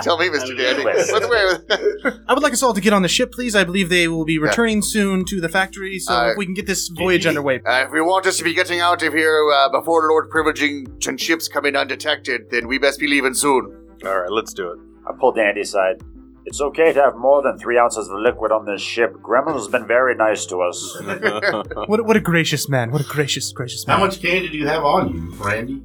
H: tell me, Mr. Dandy. What's the matter with-
O: I would like us all to get on the ship, please. I believe they will be returning soon to the factory, so
H: Uh,
O: if we can get this voyage underway.
H: Uh, if we want us to be getting out of here uh, before Lord Privilegington ships come in undetected, then we best be leaving soon.
G: All right, let's do it.
A: I pulled Dandy aside. It's okay to have more than three ounces of liquid on this ship. Gremlin has been very nice to us.
O: What, a- what a gracious man. What a gracious, gracious man.
D: How much candy do you have on you, Randy?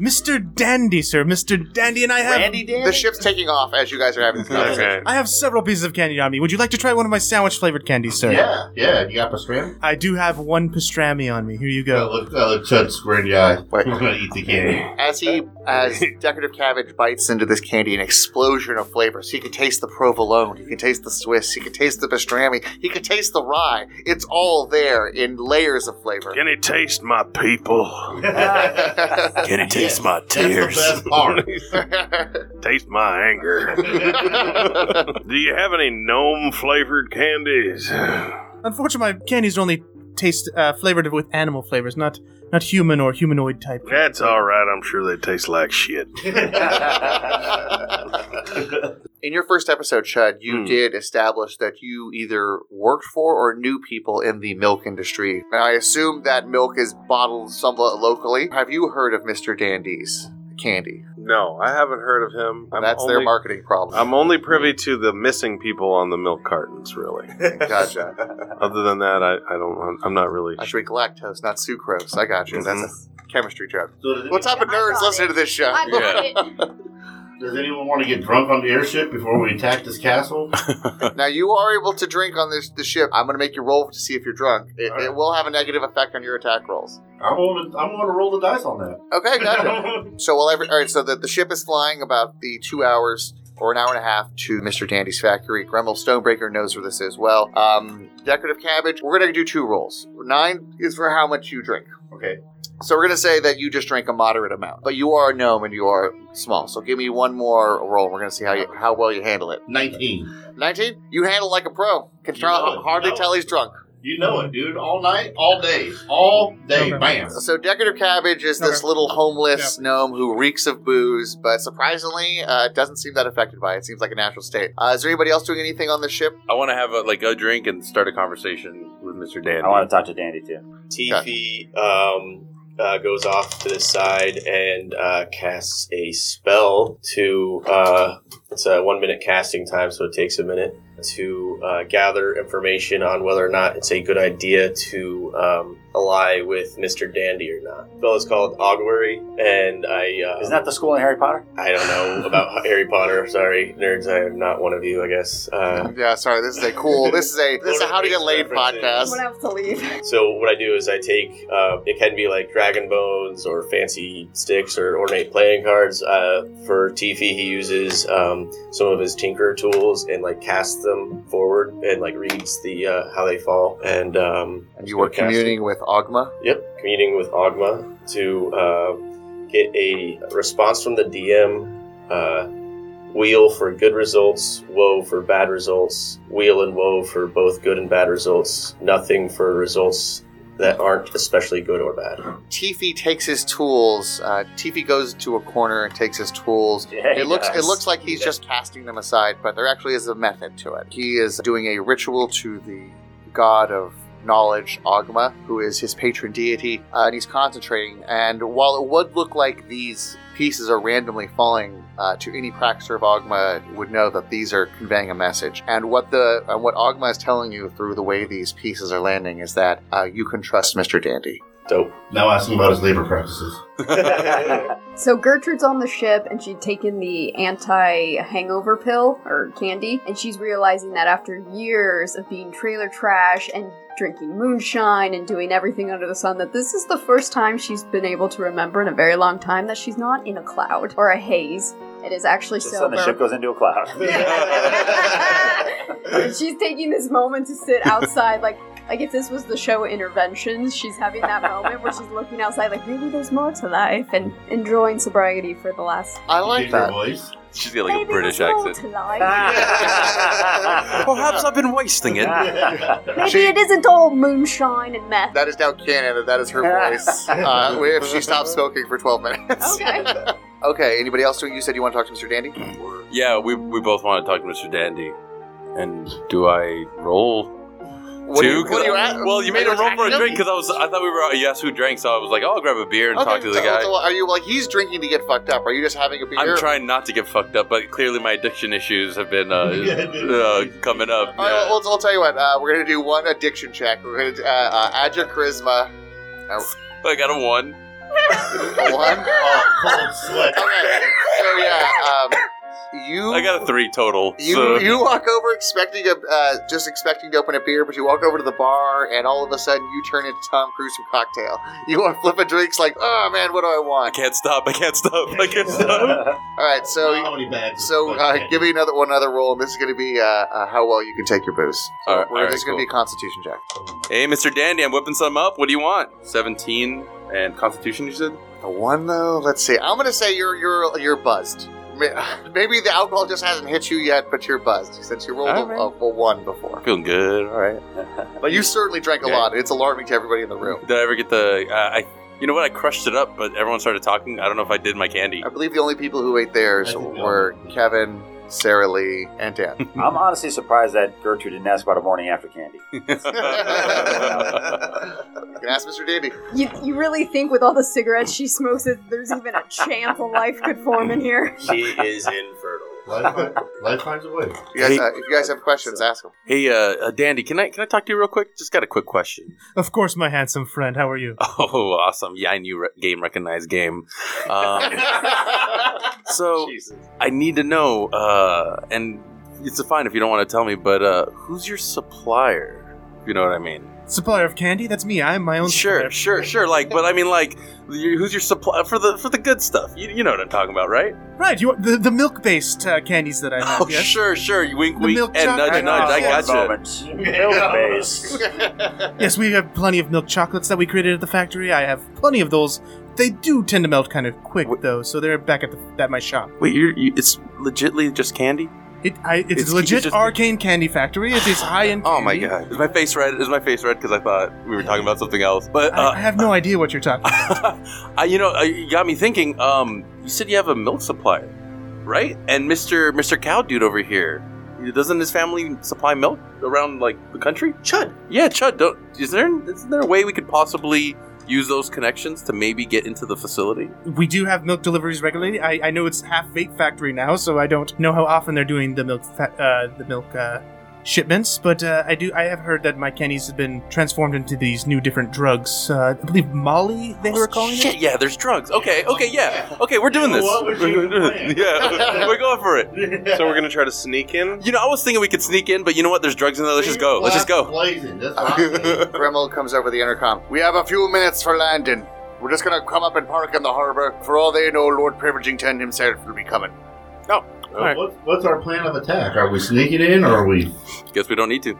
O: Mr. Dandy, sir. Mr. Dandy and I have.
H: The ship's taking off as you guys are having this conversation.
O: I have several pieces of candy on me. Would you like to try one of my sandwich flavored candies, sir?
D: Yeah, yeah. You got pastrami?
O: I do have one pastrami on me. Here you
D: I
O: go.
D: look, I look Chud square in the eye. Who's gonna eat the candy?
H: As he, as decorative cabbage bites into this candy, an explosion of flavors. He can taste the provolone. He can taste the Swiss. He can taste the pastrami. He can taste the rye. It's all there in layers of flavor.
G: Can it taste my people? Can it taste my
D: tears? That's
G: taste my anger. Do you have any gnome flavored candies?
O: Unfortunately, my candies are only taste uh, flavored with animal flavors, not not human or humanoid type.
G: That's all right. I'm sure they taste like shit.
H: In your first episode, Chud, you did establish that you either worked for or knew people in the milk industry. And I assume that milk is bottled somewhat locally. Have you heard of Mr. Dandy's candy?
G: No, I haven't heard of him. I'm
H: That's their
G: only-
H: marketing problem.
G: I'm only privy to the missing people on the milk cartons, really.
H: gotcha.
G: Other than that, I, I don't. I'm not really. Mm-hmm.
H: I drink lactose, not sucrose. I got you. That's a chemistry joke.
D: So does it-
H: What's up, nerds? Listen to this show.
I: I bought it.
D: Does anyone want to get drunk on the airship before we attack this castle?
H: now you are able to drink on this the ship. I'm going to make you roll to see if you're drunk. It, it will have a negative effect on your attack rolls.
D: I'm going to, I'm going to roll the dice on that.
H: Okay, gotcha. so while every all right, so the, the ship is flying about the two hours or an hour and a half to Mr. Dandy's factory. Gremel Stonebreaker knows where this is well. Um, decorative cabbage. We're going to do two rolls. Nine is for how much you drink.
D: Okay.
H: So we're going to say that you just drank a moderate amount, but you are a gnome and you are small. So give me one more roll. We're going to see how you, how well you handle it.
D: Nineteen.
H: Nineteen. You handle like a pro. Can
D: You
H: try-
D: know it.
H: hardly
D: No.
H: tell he's drunk.
D: You know it, dude. All night, all day, all day, bam.
H: So Decorative Cabbage is this little homeless gnome who reeks of booze, but surprisingly, uh, doesn't seem that affected by it. Seems like a natural state. Uh, is there anybody else doing anything on the ship?
F: I want to have a, like a drink and start a conversation with Mr. Dandy.
A: I
H: Oh,
A: want to talk to Dandy too.
K: Teefy um, uh, goes off to the side and uh, casts a spell to. Uh, it's a one minute casting time, so it takes a minute to uh, gather information on whether or not it's a good idea to um, ally with Mr. Dandy or not. The spell is called Augury, and I. Uh,
A: Isn't that the school in Harry Potter?
K: I don't know about Harry Potter. Sorry, nerds. I am not one of you, I guess. Uh,
H: yeah, sorry. This is a cool. This is a this is a how to get laid podcast.
I: Someone else to leave.
K: So what I do is I take uh, it can be like dragon bones or fancy sticks or ornate playing cards. Uh, for Tifi, he uses um, some of his tinker tools and like casts them forward and like reads the uh, how they fall. And um,
H: And you were
K: casting-
H: communing with Ogma.
K: Yep, communing with Ogma to uh, get a response from the DM. Uh, wheel for good results, woe for bad results, wheel and woe for both good and bad results, nothing for results that aren't especially good or bad.
H: Tiffy takes his tools. Uh, Tiffy goes to a corner and takes his tools.
K: Yeah, he
H: it looks it
K: does.
H: looks like he's just casting them aside, but there actually is a method to it. He is doing a ritual to the god of knowledge, Ogma, who is his patron deity, uh, and he's concentrating. And while it would look like these pieces are randomly falling, uh, to any practicer of Ogma would know that these are conveying a message. And what the and what Ogma is telling you through the way these pieces are landing is that uh, you can trust Mr. Dandy.
K: Dope.
D: Now ask him about his labor practices.
I: So Gertrude's on the ship and she'd taken the anti hangover pill or candy, and she's realizing that after years of being trailer trash and drinking moonshine and doing everything under the sun, that this is the first time she's been able to remember in a very long time that she's not in a cloud or a haze. It is actually
A: So
I: sober.
A: the ship goes into a cloud.
I: and she's taking this moment to sit outside, like like if this was the show Interventions, she's having that moment where she's looking outside, like maybe there's more to life, and enjoying sobriety for the last.
H: I like that.
D: voice.
F: She's got like
I: Maybe
F: a British
I: there's more to
F: accent.
I: life.
F: Perhaps I've been wasting it.
I: maybe it isn't all moonshine and meth.
H: That is now canon, and that is her voice. uh, if she stops smoking for 12 minutes.
I: Okay.
H: okay, anybody else doing? You said you want to talk to Mr. Dandy?
F: Yeah, we, we both want to talk to Mr. Dandy. And do I roll?
H: What
F: two?
H: are you- what are you at?
F: well, you made
H: Are
F: him
H: you
F: roll for a
H: attacking
F: drink because I was I thought we were a yes who drank, so I was like, "Oh, I'll grab a beer and talk to the
H: so-
F: guy.
H: so are you like, he's drinking to get fucked up? Are you just having a beer?
F: I'm trying not to get fucked up, but clearly my addiction issues have been uh, uh, coming up.
H: All right, Oh, well, I'll, I'll tell you what. Uh, we're going to do one addiction check. We're going to uh, uh, add your charisma.
F: I got a
H: A
F: one.
H: one? Oh,
D: cold sweat.
H: Okay, so yeah, um, you.
F: I got a three total.
H: You,
F: so-
H: you walk over expecting a uh, just expecting to open a beer, but you walk over to the bar, and all of a sudden you turn into Tom Cruise from Cocktail. You are flipping drinks like, oh man, what do I want?
F: I can't stop. I can't stop. I can't stop.
H: All right, so so uh, give me another one other roll, and this is going to be uh, uh, how well you can take your booze. So
F: All right,
H: we're
F: all right,
H: just going to
F: cool.
H: be a Constitution check.
F: Hey, Mr. Dandy, I'm whipping some up. What do you want? 17 and Constitution, you said?
H: The one though, let's see. I'm going to say you're you're you're buzzed. May- Maybe the alcohol just hasn't hit you yet, but you're buzzed since you rolled a,
F: All right.
H: a- a one before.
F: Feeling good. All right.
H: But you certainly drank a lot. It's alarming to everybody in the room.
F: Did I ever get the? Uh, I, you know what? I crushed it up, but everyone started talking. I don't know if I did my candy.
H: I believe the only people who ate theirs were Kevin, Sarah Lee, and Dan.
A: I'm honestly surprised that Gertrude didn't ask about a morning after candy.
H: you can ask Mr. Dandy.
I: You, you really think with all the cigarettes she smokes that there's even a chance of life could form in here?
K: She is infertile.
D: Life, find, life finds a way.
H: You guys, uh, if you guys have questions, ask them.
F: Hey, uh, uh, Dandy, can I can I talk to you real quick? Just got a quick question.
O: Of course, my handsome friend. How are you?
F: Oh, awesome! Yeah, I knew re- game recognized game. Um, so I need to know, uh, and it's fine if you don't want to tell me, but uh, who's your supplier? If you know what I mean.
O: Supplier of candy? That's me. I'm my own.
F: Sure, sure, sure. Like, but I mean, like, you- who's your supply for the for the good stuff? You, you know what I'm talking about, right?
O: Right, you the, the milk based uh, candies that I have.
F: Oh,
O: Uh, yes?
F: sure, sure. You wink,
O: The
F: wink,
O: milk
F: and
O: chocolate.
F: nudge, nudge. I
O: Yes.
F: got you.
O: Yes, we have plenty of milk chocolates that we created at the factory. I have plenty of those. They do tend to melt kind of quick, though, so they're back at, the, at my shop.
F: Wait, you're, you, it's legitly just candy?
O: It, I, it's,
F: It's-
O: a legit
F: it's just-
O: arcane candy factory. It is high end.
F: Oh my god! Is my face red? Is my face red because I thought we were talking about something else? But
O: I, I
F: uh,
O: have no idea what you're talking. about.
F: I, you know, uh, you got me thinking. Um, you said you have a milk supplier, right? And Mister Mister Cow Dude over here, doesn't his family supply milk around like the country? Chud. Yeah, Chud. Don't. Is there is there a way we could possibly use those connections to maybe get into the facility?
O: We do have milk deliveries regularly. I, I know it's half vape factory now, so I don't know how often they're doing the milk fa- uh, the milk uh, shipments. But uh, I do I have heard that my candies have been transformed into these new different drugs. Uh, I believe Molly they were calling
F: Shit, yeah, there's drugs. Okay, okay, yeah. Okay, we're doing this.
O: What
F: We're
O: would you
F: doing this. Yeah, we're going for it.
D: So we're
F: gonna try to sneak in. You know, I was thinking we could sneak in, but you know what? There's drugs in there. Let's just go. Let's just go.
H: Grimmel comes over the intercom. We have a few minutes for landing. We're just gonna come up and park in the harbor. For all they know, Lord Privilegington himself will be coming.
F: No.
D: What's, what's our plan of attack? Are we sneaking in or are we?
F: Guess we don't need to.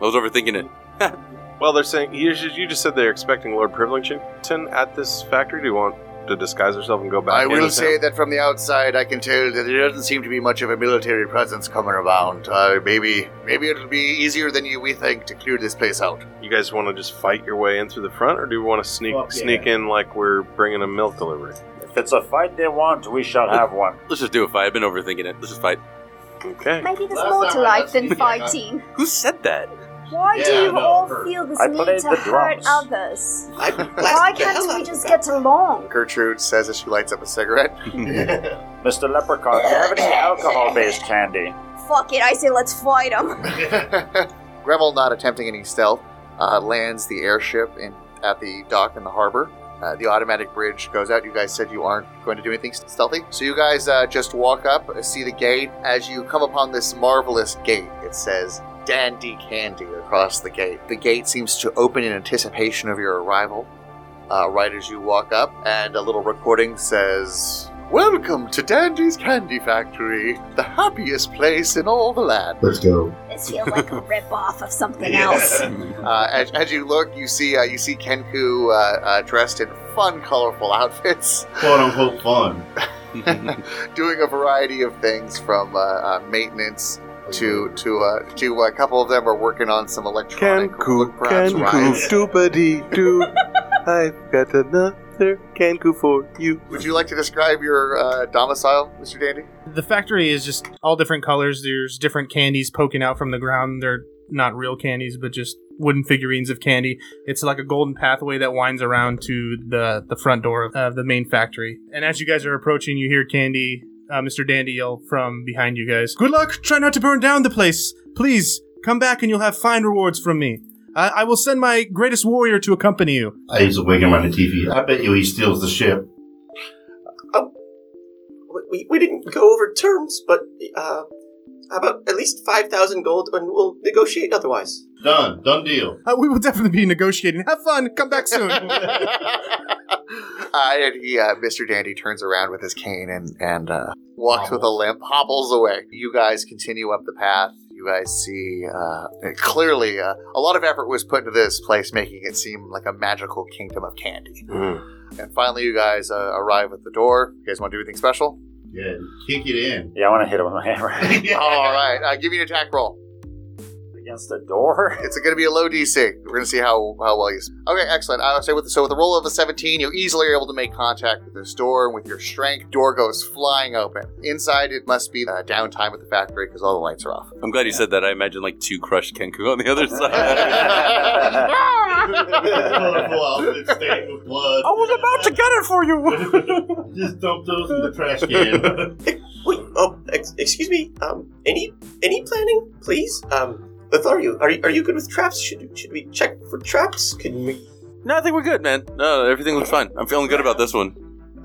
F: I was overthinking it.
J: Well, they're saying you just, you just said they're expecting Lord Privilegington at this factory. Do you want to disguise yourself and go back?
H: I
J: in
H: will
J: and-
H: say that from the outside, I can tell that there doesn't seem to be much of a military presence coming around. Uh, maybe, maybe it'll be easier than you we think to clear this place out.
J: You guys want to just fight your way in through the front, or do you want to sneak
H: Fuck yeah.
J: sneak in like we're bringing a milk delivery?
A: If it's a fight they want, we shall have one.
F: Let's just do a fight. I've been overthinking it. Let's just fight. Okay.
C: Maybe there's more to life than fighting.
F: Who said that?
C: Why do
F: Yeah,
C: you
F: no,
C: all
F: her.
C: feel this
F: I
C: need
F: played
C: to
F: the
C: hurt
F: drums.
C: others? Why can't we just get along?
H: Gertrude says as she lights up a cigarette.
A: Mr. Leprechaun, do you have any alcohol-based candy?
C: Fuck it, I say let's fight them.
H: Gremel, not attempting any stealth, uh, lands the airship in, at the dock in the harbor. Uh, the automatic bridge goes out. You guys said you aren't going to do anything stealthy. So you guys uh, just walk up, uh, see the gate. As you come upon this marvelous gate, it says Dandy Candy across the gate. The gate seems to open in anticipation of your arrival. Uh, right as you walk up, and a little recording says, Welcome to Dandy's Candy Factory, the happiest place in all the land.
D: Let's go.
C: This feels like a rip off of something
H: Yeah.
C: else.
H: Uh, as, as you look, you see uh, you see Kenku uh, uh, dressed in fun, colorful outfits,
D: Quote unquote fun.
J: um,
H: doing a variety of things from uh, uh, maintenance to to uh, to a couple of them are working on some electronic look perhaps riots.
J: doobity doo. I've got another Kanku for you.
H: Would you like to describe your uh, domicile, Mr. Dandy?
O: The factory is just all different colors. There's different candies poking out from the ground. They're not real candies, but just wooden figurines of candy. It's like a golden pathway that winds around to the the front door of uh, the main factory. And as you guys are approaching, you hear Candy, uh, Mr. Dandy yell from behind you guys. Good luck. Try not to burn down the place. Please come back, and you'll have fine rewards from me. I, I will send my greatest warrior to accompany you.
D: I use a wig him on the TV. I bet you he steals the ship.
E: We, we didn't go over terms, but uh, how about at least 5,000 gold and we'll negotiate otherwise?
D: Done. Done deal.
O: Uh, we will definitely be negotiating. Have fun. Come back soon.
H: Uh, and he, uh, Mr. Dandy turns around with his cane and, and uh, walks with a limp, hobbles away. You guys continue up the path. You guys see, uh, clearly, uh, a lot of effort was put into this place, making it seem like a magical kingdom of candy.
D: Mm.
H: And finally, you guys uh, arrive at the door. You guys want to do anything special?
D: Yeah, kick it in.
A: Yeah, I want to hit him with my hammer.
H: All right, uh, give me an attack roll.
A: Against the door?
H: It's going to be a low DC. We're going to see how, how well you. Okay, excellent. I would say with so with a roll of a 17, you're easily able to make contact with this door, and with your strength, door goes flying open. Inside, it must be uh, downtime at the factory because all the lights are off.
F: I'm glad you said that. I imagine like two crushed Kenku on the other side.
D: I
N: was about to get it for you.
D: Just dump those in the trash can.
E: Oh, eh, ex- excuse me. Um, any any planning, please? Um, Lothario, are you, are you good with traps? Should should we check for traps? Can we?
F: No, I think we're good, man. No, no, everything looks fine. I'm feeling good about this one.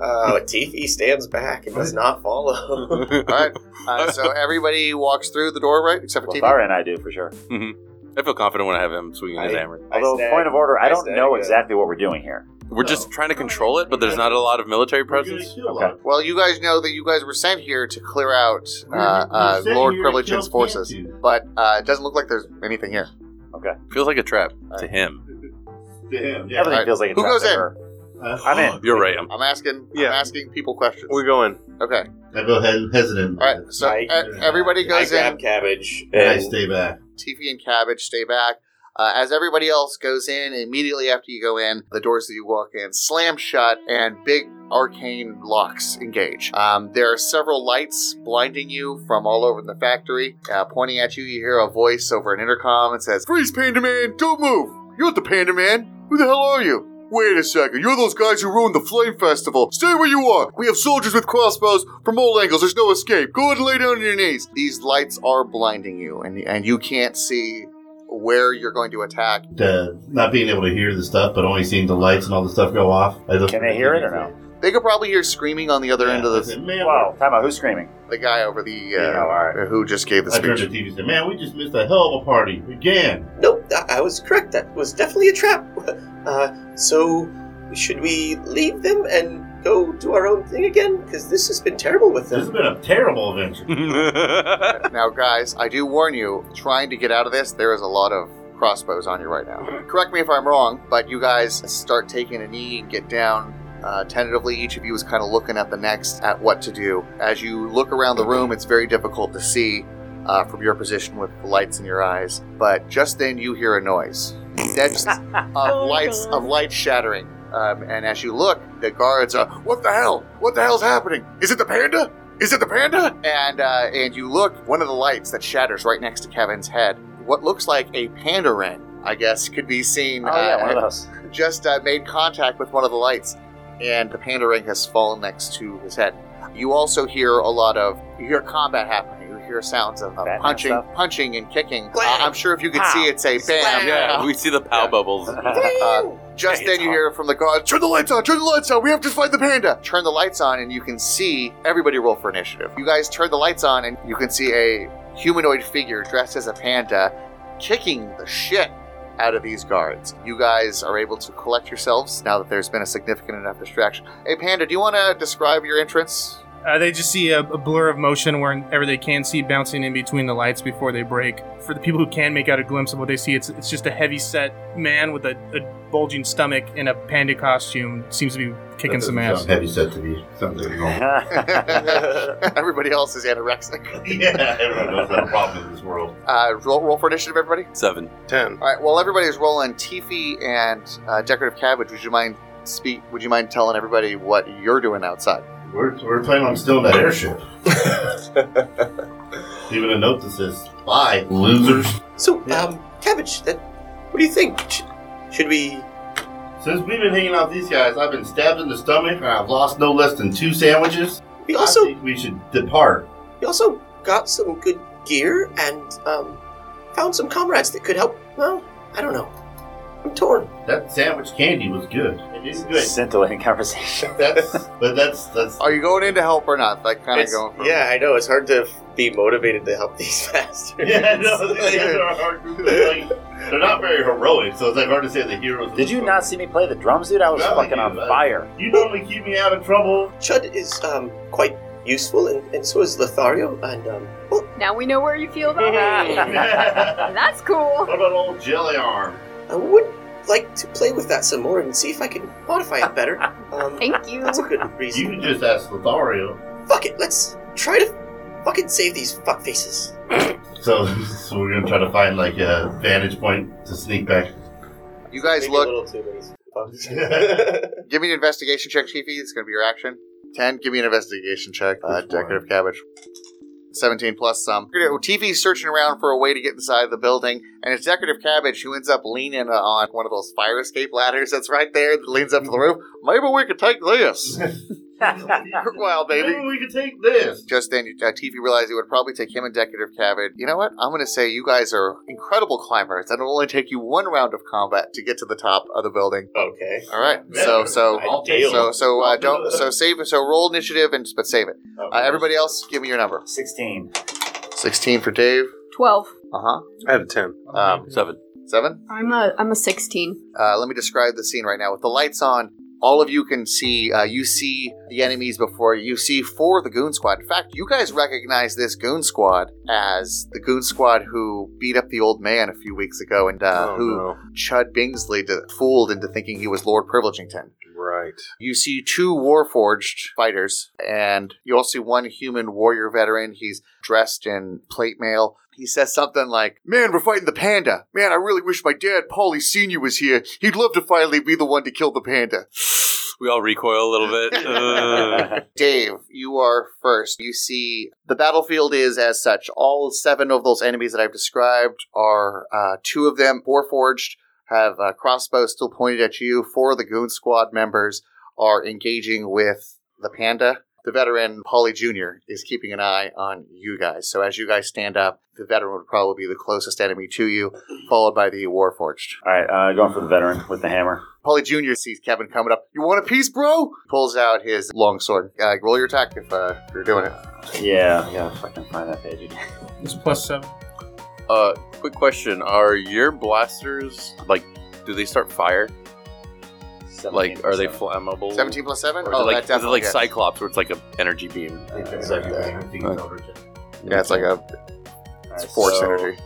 A: Oh,
E: Uh,
A: E
E: Tifi stands back and does not follow.
H: All right. Uh, so everybody walks through the door, right? Except for
A: Well,
H: TV.
A: Tara and I do for sure.
F: Mm-hmm. I feel confident when I have him swinging his hammer.
A: Although, point of order, I, don't know exactly what we're doing here.
F: We're just trying to control it, but there's not a lot of military presence.
A: Okay.
H: Well, you guys know that you guys were sent here to clear out uh, uh,
F: sent
H: Lord
F: here to
H: Privilege's
F: kill
H: forces, but uh, it doesn't look like there's anything here.
A: Okay.
F: Feels like a trap to him.
D: Damn, yeah.
H: All
A: Everything
H: right.
A: feels like a
H: Who
A: trap
H: goes
A: to
H: in?
A: her.
F: I'm in. You're right. I'm,
H: I'm asking. I'm asking people questions.
J: We go in.
H: Okay.
D: I go ahead and hesitant.
H: All right. So e- everybody goes
E: I grab
H: in.
E: cabbage.
D: And I
E: and-
D: stay back.
H: TV and Cabbage stay back. Uh, as everybody else goes in, immediately after you go in, the doors that you walk in slam shut and big arcane locks engage. Um, there are several lights blinding you from all over the factory, uh, pointing at you. You hear a voice over an intercom and says, Freeze, Panda Man! Don't move! You're the Panda Man! Who the hell are you? Wait a second, you're those guys who ruined the Flame Festival. Stay where you are. We have soldiers with crossbows from all angles. There's no escape. Go ahead and lay down on your knees. These lights are blinding you, and, and you can't see where you're going to attack.
D: The, Uh, not being able to hear the stuff, but only seeing the lights and all the stuff go off. I look
A: Can they hear it or no?
H: They could probably hear screaming on the other end of the.
A: Wow, time out. Who's screaming?
H: The guy over the. Uh,
A: Yeah, all right.
H: Who just gave the
D: I turned
H: speech.
D: to TV and said, "Man, we just missed a hell of a party again."
E: Nope, I, I was correct. That was definitely a trap. Uh, so, should we leave them and go do our own thing again? Because this has been terrible with them.
D: This has been a terrible adventure.
H: now, guys, I do warn you, trying to get out of this, there is a lot of crossbows on you right now. Correct me if I'm wrong, but you guys start taking a knee and get down. Uh, tentatively, each of you is kind of looking at the next at what to do. As you look around the room, it's very difficult to see uh, from your position with the lights in your eyes. But just then, you hear a noise. That's of lights of light shattering. Um, and as you look, the guards are, "What the hell? What the hell's happening? Is it the panda? Is it the panda?" And uh, and you look, one of the lights that shatters right next to Kevin's head. What looks like a panda wren, I guess, could be seen.
A: Oh, yeah,
H: uh,
A: one of those.
H: Just uh, made contact with one of the lights, and the panda wren has fallen next to his head. You also hear a lot of you hear combat happening. You hear sounds of, of punching,
F: stuff?
H: punching, and kicking. Uh, I'm sure if you could
F: Pow.
H: see, it's a bam.
F: Yeah, we see the pow bubbles.
H: Uh, just then you hear from the guards, turn the lights on, turn the lights on, we have to fight the panda. Turn the lights on and you can see everybody roll for initiative. You guys turn the lights on and you can see a humanoid figure dressed as a panda kicking the shit out of these guards. You guys are able to collect yourselves now that there's been a significant enough distraction. Hey panda, do you want to describe your entrance?
O: Uh, they just see a, a blur of motion wherever they can see bouncing in between the lights before they break. For the people who can make out a glimpse of what they see, it's it's just a heavy set man with a, a bulging stomach in a panda costume seems to be kicking some ass.
D: Heavy set to be something wrong.
H: everybody else is anorexic.
D: yeah, everyone knows that problem in this world.
H: Uh, roll, roll for initiative, everybody.
F: Seven.
J: Ten.
H: All right. While everybody's rolling, Tiffy and uh, Decorative Cabbage, would you mind speak? Would you mind telling everybody what you're doing outside?
D: "Oh, We're, we're planning on stealing that airship. Even a note that says, "Bye, losers."
E: So, um, cabbage. That, what do you think? Sh- Should we?
D: Since we've been hanging out with these guys, I've been stabbed in the stomach, and I've lost no less than two sandwiches.
E: We also
D: we should depart.
E: we also got some good gear and um, found some comrades that could help. Well, I don't know. I'm torn.
D: That sandwich candy was good. It is good.
A: Scintillating conversation.
D: That's but that's that's.
H: Are you going in to help or not? Like kind of
E: It's-
H: going. For
E: yeah, I know. It's hard to f- be motivated to help these bastards.
D: Yeah, no, these guys are a hard group. Like, they're not very heroic, so it's like hard to say the heroes.
A: Did you not see me play the drums, dude? I was
D: No,
A: fucking
D: you-
A: on fire.
D: You normally keep me out of trouble.
E: Chud is um, quite useful, and, and so is Lothario. And um,
I: Now we know where you feel about that. That's cool.
D: What about old Jelly Arm?
E: I would like to play with that some more and see if I can modify it better. Um,
I: Thank you.
E: That's a good reason.
D: You can just ask Lothario.
E: Fuck it. Let's try to fucking save these fuck faces.
D: So, so we're gonna try to find like a vantage point to sneak back.
H: You guys look.
E: Give
H: me an investigation check, Chiefy. It's going to be your action. Ten. Give me an investigation check. Uh, decorative cabbage. Seventeen plus um, some. TV's searching around for a way to get inside the building, and it's decorative cabbage who ends up leaning uh, on one of those fire escape ladders that's right there that leans up to the roof. Maybe we could take this. Work wild, baby.
D: we can take this.
H: Just then, uh, TV realized it would probably take him and Decorative Cabbage. You know what? I'm going to say you guys are incredible climbers, and it'll only take you one round of combat to get to the top of the building.
E: Okay.
H: All right. So so
E: Ideal.
H: so so uh, don't so save so roll initiative and but save it. Uh, everybody else, give me your number.
A: Sixteen.
H: Sixteen for Dave.
I: 12.
H: Uh huh.
J: I had a ten.
H: Um,
F: seven.
H: Seven.
I: I'm a I'm a 16.
H: Uh, let me describe the scene right now. With the lights on, all of you can see. Uh, you see the enemies before you. You see four of the goon squad. In fact, you guys recognize this goon squad as the goon squad who beat up the old man a few weeks ago and uh,
J: Oh,
H: who
J: no.
H: Chud Bingsley d- fooled into thinking he was Lord Privilegington.
J: Right.
H: You see two Warforged fighters, and you also see one human warrior veteran. He's dressed in plate mail. He says something like, Man, we're fighting the panda. Man, I really wish my dad, Polly Sr., was here. He'd love to finally be the one to kill the panda.
F: We all recoil a little bit. Uh,
H: Dave, you are first. You see, the battlefield is as such. All seven of those enemies that I've described are uh, two of them, Warforged, have uh, crossbows still pointed at you. Four of the Goon Squad members are engaging with the panda. The veteran, Polly Jr., is keeping an eye on you guys. So as you guys stand up, the veteran would probably be the closest enemy to you, followed by the Warforged.
A: All right, uh, going for the veteran with the hammer.
H: Polly Jr. sees Kevin coming up. You want a piece, bro? Pulls out his longsword. Uh, roll your attack if uh, you're doing it.
A: Yeah, yeah, if I can find that page again.
O: It's plus seven.
F: uh, quick question: Are your blasters like? Do they start fire? Like, are they flammable?
H: 17 plus 7?
F: Or is
H: Oh,
F: it like,
H: that definitely.
F: is it like Cyclops, where it's like an energy beam?
H: it's like
F: Yeah,
H: it's like a force energy.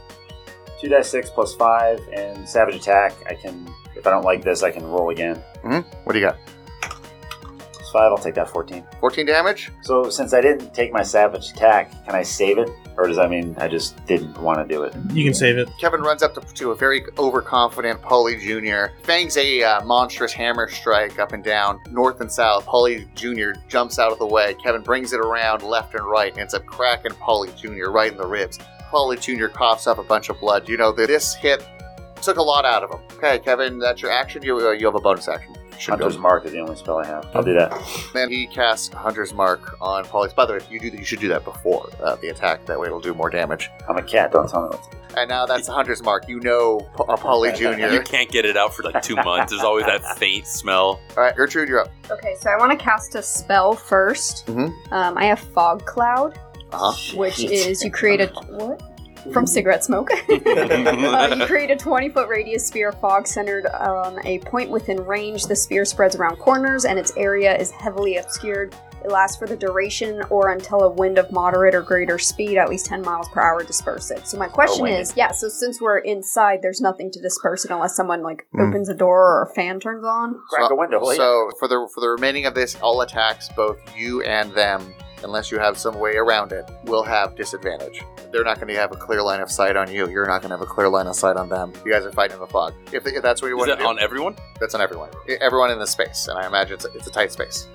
A: Two dice six plus five and savage attack. I can, if I don't like this, I can roll again.
H: hmm What do you got?
A: Plus five, I'll take that fourteen.
H: 14 damage?
A: So since I didn't take my savage attack, can I save it, or does that mean I just didn't want to do it?
O: You can save it.
H: Kevin runs up to, to a very overconfident Polly Jr., bangs a uh, monstrous hammer strike up and down, north and south. Polly Jr. jumps out of the way. Kevin brings it around left and right and ends up cracking Polly Jr. right in the ribs. Polly Jr. coughs up a bunch of blood. You know, that this hit took a lot out of him. Okay, Kevin, that's your action. You, uh, you have a bonus action.
A: Hunter's mark is the only spell I have. I'll do that.
H: Then he casts Hunter's Mark on Polly. By the way, if you do that, you should do that before uh, the attack. That way, it'll do more damage.
A: I'm a cat. Don't tell me what to do.
H: And now that's Hunter's Mark. You know P- uh, Polly
F: You
H: Jr.
F: can't get it out for like two months. There's always that faint smell.
H: All right, Gertrude, you're up.
I: Okay, so I want to cast a spell first.
H: Mm-hmm.
I: Um, I have fog cloud,
H: Uh-huh.
I: which is you create a what? From cigarette smoke. Uh, you create a 20 foot radius sphere of fog centered on a point within range. The sphere spreads around corners and its area is heavily obscured. It lasts for the duration or until a wind of moderate or greater speed, at least 10 miles per hour, disperse it. So, my question
N: wind.
I: is yeah, so since we're inside, there's nothing to disperse it unless someone like
H: Mm.
I: opens a door or a fan turns on.
H: so, So for the for the remaining of this, all attacks, both you and them, unless you have some way around it, will have disadvantage. They're not going to have a clear line of sight on you. You're not going to have a clear line of sight on them. You guys are fighting in the fog. If, if that's what you
F: Is
H: want
F: that
H: to do,
F: on everyone?
H: that's on everyone. E- Everyone in the space, and I imagine it's a, it's a tight space.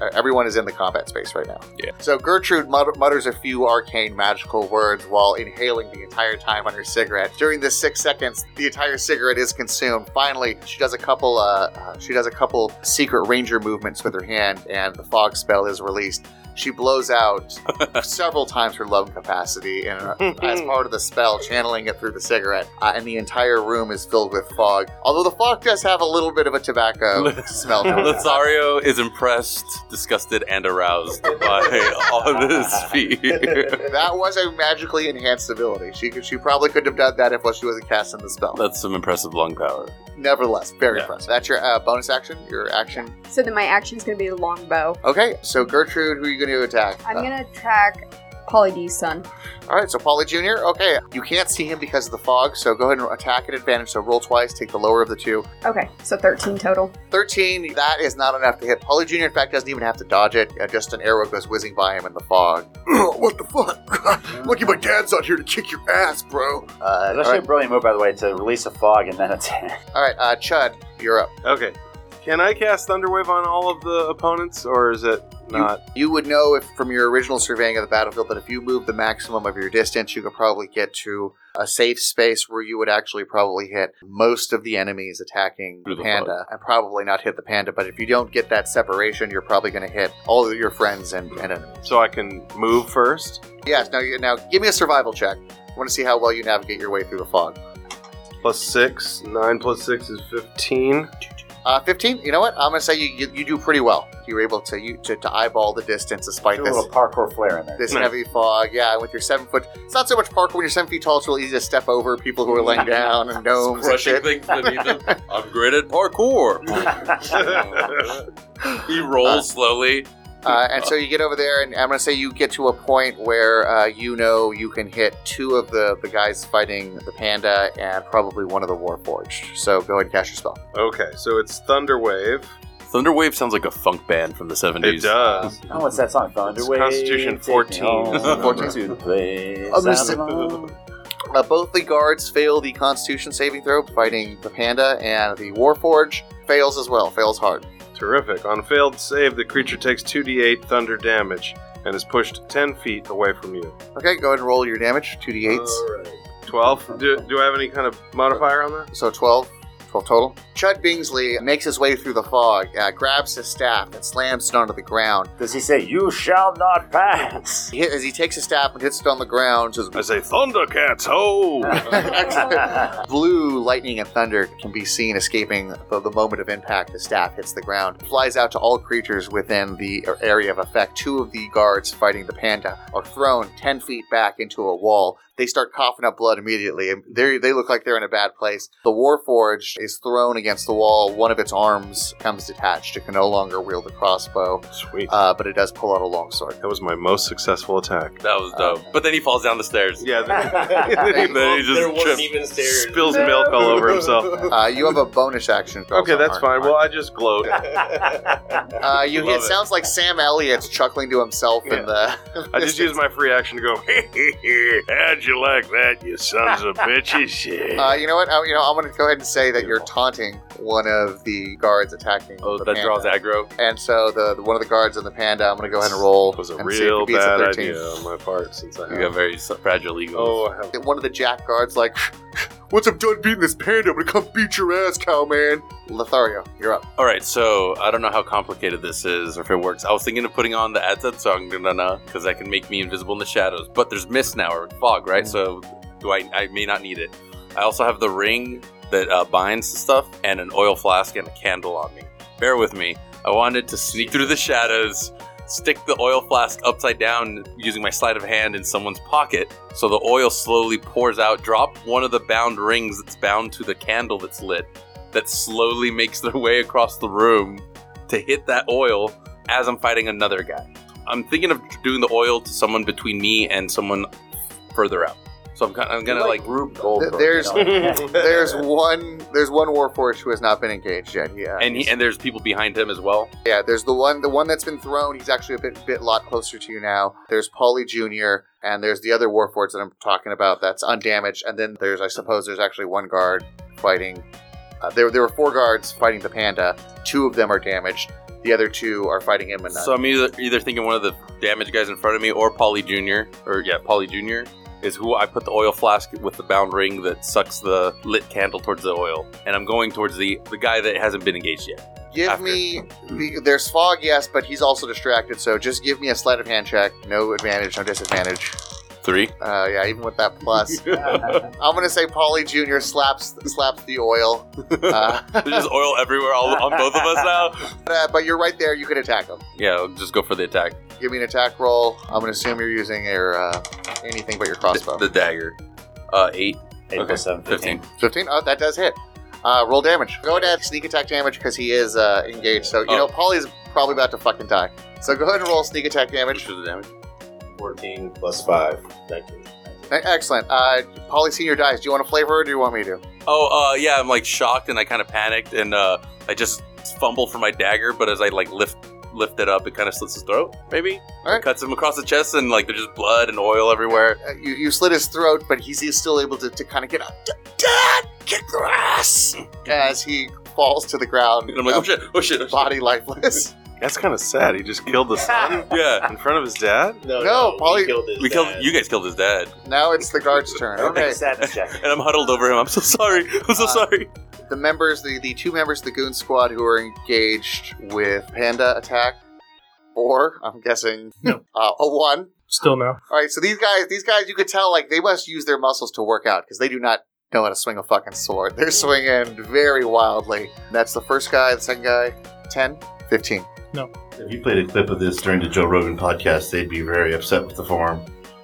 H: Uh, Everyone is in the combat space right now.
F: Yeah.
H: So Gertrude mut- mutters a few arcane magical words while inhaling the entire time on her cigarette. During the six seconds, the entire cigarette is consumed. Finally, she does a couple. Uh, uh, she does a couple secret ranger movements with her hand, and the fog spell is released. She blows out several times her lung capacity, and uh, as part of the spell, channeling it through the cigarette, uh, and the entire room is filled with fog. Although the fog does have a little bit of a tobacco smell. to it.
F: Lothario is impressed, disgusted, and aroused by all this fear.
H: that was a magically enhanced ability. She could, she probably couldn't have done that if she wasn't casting the spell.
F: That's some impressive lung power.
H: Nevertheless, very impressive. That's your uh, bonus action. Your action.
I: So, then my action is going to be the longbow.
H: Okay, so Gertrude, who are you going to attack?
I: I'm
H: Uh,
I: going to attack Polly D's son.
H: All right, so Polly Jr. Okay, you can't see him because of the fog, so go ahead and attack at advantage. So roll twice, take the lower of the two.
I: Okay, so 13 total.
H: 13, that is not enough to hit. Polly Jr., in fact, doesn't even have to dodge it. Uh, just an arrow goes whizzing by him in the fog. what the fuck? Lucky my dad's not here to kick your ass, bro.
A: Uh, that's actually a brilliant move, by the way, to release a fog and then attack.
H: All right, uh, Chud, you're up.
J: Okay. Can I cast Thunderwave on all of the opponents, or is it not.
H: You would know if from your original surveying of the battlefield that if you move the maximum of your distance, you could probably get to a safe space where you would actually probably hit most of the enemies attacking the
L: the
H: panda, and probably not hit the panda. But if you don't get that separation, you're probably going to hit all of your friends and, and enemies.
J: So I can move first.
H: Yes. Now, you, now give me a survival check. I want to see how well you navigate your way through the fog.
J: Plus six. Nine plus six is fifteen.
H: Uh, 15. You know what? I'm going to say you, you you do pretty well. You were able to you to, to eyeball the distance despite
A: Do a
H: this
A: little parkour flair in there.
J: Hmm.
H: This heavy fog, yeah. With your seven foot, it's not so much parkour. When you're seven feet tall, it's real easy to step over people who are laying down and gnomes and
F: Crushing
H: shit.
F: things beneath him. I'm great at parkour. he rolls slowly.
H: Uh, and so you get over there, and I'm going to say you get to a point where uh, you know you can hit two of the, the guys fighting the panda and probably one of the warforged. So go ahead and cast your spell.
J: Okay, so it's Thunderwave.
F: Thunderwave sounds like a funk band from the 70s.
J: It does.
A: Oh, what's that song? Thunderwave.
J: Constitution 14.
H: 14.
A: To the place
H: I'm just-
A: I belong.
H: Uh, Oh, both the guards fail the Constitution saving throw, fighting the panda, and the warforged fails as well. Fails hard.
J: Terrific. On failed save, the creature takes 2d8 thunder damage and is pushed 10 feet away from you.
H: Okay, go ahead and roll your damage. Two d8s.
J: 12. Do, do I have any kind of modifier on that?
H: So 12, 12 total. Chud Bingsley makes his way through the fog, uh, grabs his staff, and slams it onto the ground.
A: Does he say, You shall not pass?
H: He hit, as he takes his staff and hits it on the ground, says,
G: I say, Thundercats, ho!
H: Blue lightning and thunder can be seen escaping the, the moment of impact. The staff hits the ground, flies out to all creatures within the area of effect. Two of the guards fighting the panda are thrown 10 feet back into a wall. They start coughing up blood immediately, and they they look like they're in a bad place. The Warforged is thrown against the wall. One of its arms comes detached. It can no longer wield a crossbow.
J: Sweet.
H: Uh, but it does pull out a longsword.
J: That was my most successful attack.
F: That was dope. but then he falls down the stairs.
J: Uh, Yeah.
F: then, he just
J: There wasn't
F: trips.
J: even stairs. spills milk all over himself.
H: Uh, you have a bonus action. Oh,
J: Okay, that's fine. Well, I just gloat.
H: Uh, you,
J: Love
H: it
J: it.
H: sounds like Sam Elliott's chuckling to himself in the.
J: I just used my free action to go,
G: How'd you like that, you sons of bitches? Yeah.
H: Uh, you know what? I, you know, I'm going to go ahead and say that you're taunting one of the guards attacking.
F: Oh,
H: the
F: that
H: panda.
F: draws aggro.
H: And so the, the one of the guards on the panda, I'm going to go ahead and roll.
J: was a
H: and see if
J: real
H: he beats a
J: bad
H: 13.
J: idea on my part since I
F: You
J: have.
F: got very s- fragile ego.
J: Oh, I have.
H: One of the jack guards like, once I'm done beating this panda, I'm going to come beat your ass, cow man. Lothario, you're up.
F: All right, so I don't know how complicated this is or if it works. I was thinking of putting on the AdSense song because I can make me invisible in the shadows, but there's mist now or fog, right? So do I? I may not need it. I also have the ring that uh, binds the stuff and an oil flask and a candle on me. Bear with me. I wanted to sneak through the shadows, stick the oil flask upside down using my sleight of hand in someone's pocket, so the oil slowly pours out. Drop one of the bound rings that's bound to the candle that's lit that slowly makes their way across the room to hit that oil as I'm fighting another guy. I'm thinking of doing the oil to someone between me and someone further out. So I'm, kind I'm gonna like,
H: Th- There's there's one there's one warforged who has not been engaged yet. uh, Yeah,
F: and he, and there's people behind him as well.
H: Yeah, there's the one the one that's been thrown. He's actually a bit bit lot closer to you now. There's Polly Junior, and there's the other warforged that I'm talking about. That's undamaged, and then there's I suppose there's actually one guard fighting. Uh, there there were four guards fighting the panda. Two of them are damaged. The other two are fighting him. And uh,
F: So I'm either, either thinking one of the damaged guys in front of me or Polly Jr. or yeah, Polly Jr. is who I put the oil flask with the bound ring that sucks the lit candle towards the oil, and I'm going towards the the guy that hasn't been engaged yet.
H: give me the, there's fog, yes, but he's also distracted. So just give me a sleight of hand check. No advantage, no disadvantage.
F: Three.
H: Uh, yeah, even with that plus, I'm gonna say Polly Junior slaps slaps the oil. Uh,
F: There's just oil everywhere all, on both of us now.
H: but, uh, but you're right there. You can attack him.
F: Yeah, I'll just go for the attack.
H: Give me an attack roll. I'm gonna assume you're using your uh, anything but your crossbow.
F: The dagger. Uh, eight.
A: Eight plus seven,
F: 15.
H: 15. Oh, that does hit. Uh, roll damage. Go ahead and sneak attack damage because he is uh, engaged. So
F: Oh.
H: you know Polly's probably about to fucking die. So go ahead and roll sneak attack damage.
F: the damage.
K: 14 plus 5. 19.
H: E, Excellent. Uh, Polly Senior dies. Do you want to flavor or do you want me to?
F: Oh, uh, yeah, I'm like shocked and I kind of panicked and uh, I just fumble for my dagger, but as I like lift lift it up, it kind of slits his throat, maybe? It cuts him across the chest and like there's just blood and oil everywhere.
H: Uh, you, you slit his throat, but he's, he's still able to, to kind of get up. D- Dad, kick your ass! As he falls to the ground.
F: And I'm like, oh shit, oh shit.
H: Body lifeless.
J: That's kind of sad. He just killed the son. yeah, in front of his dad.
L: No,
H: No, Polly.
F: We killed you guys killed his dad.
H: Now it's the guard's turn. Okay.
F: Sadness and I'm huddled over him. I'm so sorry. I'm so sorry.
H: Uh, The members, the, the two members of the Goon Squad who are engaged with Panda Attack, or I'm guessing uh, a one.
O: Still no.
H: All right, so these guys, these guys, you could tell like they must use their muscles to work out because they do not know how to swing a fucking sword. They're swinging very wildly. That's the first guy. The second guy, 10, 15.
D: If you played a clip of this during the Joe Rogan podcast, they'd be very upset with the form.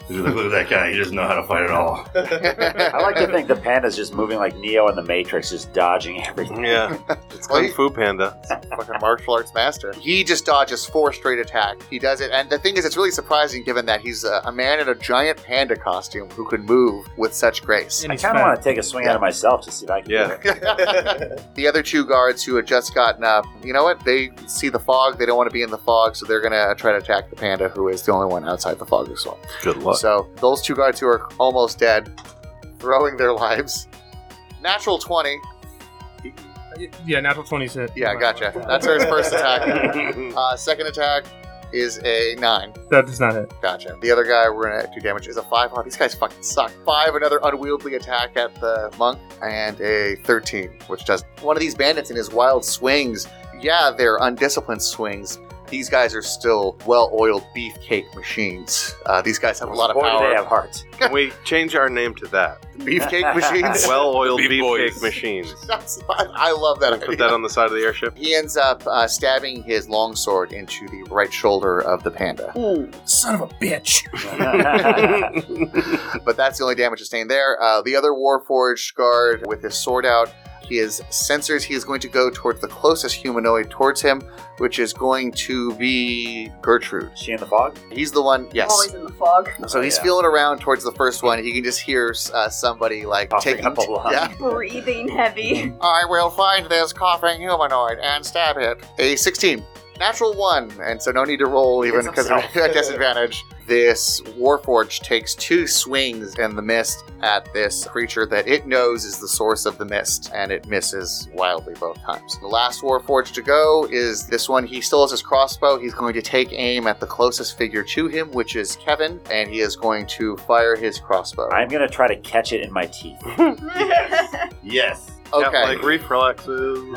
D: They'd be like, look at that guy. He doesn't know how to fight at all.
A: I like to think the panda's just moving like Neo in the Matrix, just dodging everything.
J: Yeah.
H: It's
J: Kung Fu Panda.
H: fucking martial arts master. He just dodges four straight attacks. He does it, and the thing is, it's really surprising given that he's a, a man in a giant panda costume who can move with such grace.
A: I kind of want to take a swing at it myself to see if I can. Yeah.
H: The other two guards who had just gotten up, you know what? They see the fog. They don't want to be in the fog, so they're gonna try to attack the panda, who is the only one outside the fog as well.
J: Good luck.
H: So those two guards who are almost dead, throwing their lives. Natural twenty.
O: Yeah, natural 20's hit.
H: Yeah, gotcha. That's her first attack. Uh, second attack is a nine.
O: That does not hit.
H: Gotcha. The other guy we're gonna do damage is a five. Oh, these guys fucking suck. Five, another unwieldy attack at the monk, and a thirteen, which does one of these bandits in his wild swings. Yeah, they're undisciplined swings. These guys are still well-oiled beefcake machines. Uh, these guys have a lot of
J: Boy, do
H: power.
J: they have
A: heart.
J: Can we change our name to that?
H: Beefcake machines?
J: Well-oiled
H: Beef
J: beefcake
H: boys.
J: machines.
H: I love that.
J: Put
H: idea.
J: that on the side of the airship.
H: He ends up uh, stabbing his longsword into the right shoulder of the panda.
O: Son of a bitch.
H: but that's the only damage sustained there. Uh, the other Warforged guard with his sword out, his sensors, he is going to go towards the closest humanoid towards him, which is going to be Gertrude.
A: She in the fog? Oh,
H: He's the one, yes.
I: Always Oh, in the fog.
H: so he's feeling around towards the first one. He can just hear uh, somebody like taking
A: up a lung.
H: Yeah.
I: breathing heavy.
H: I will find this coughing humanoid and stab it. A 16. Natural one, and so no need to roll even because we're
A: himself.
H: at disadvantage. This Warforge takes two swings in the mist at this creature that it knows is the source of the mist, and it misses wildly both times. The last Warforge to go is this one. He still has his crossbow. He's going to take aim at the closest figure to him, which is Kevin, and he is going to fire his crossbow.
A: I'm going to try to catch it in my teeth.
D: Yes.
H: Okay.
J: Yeah, like reflexes.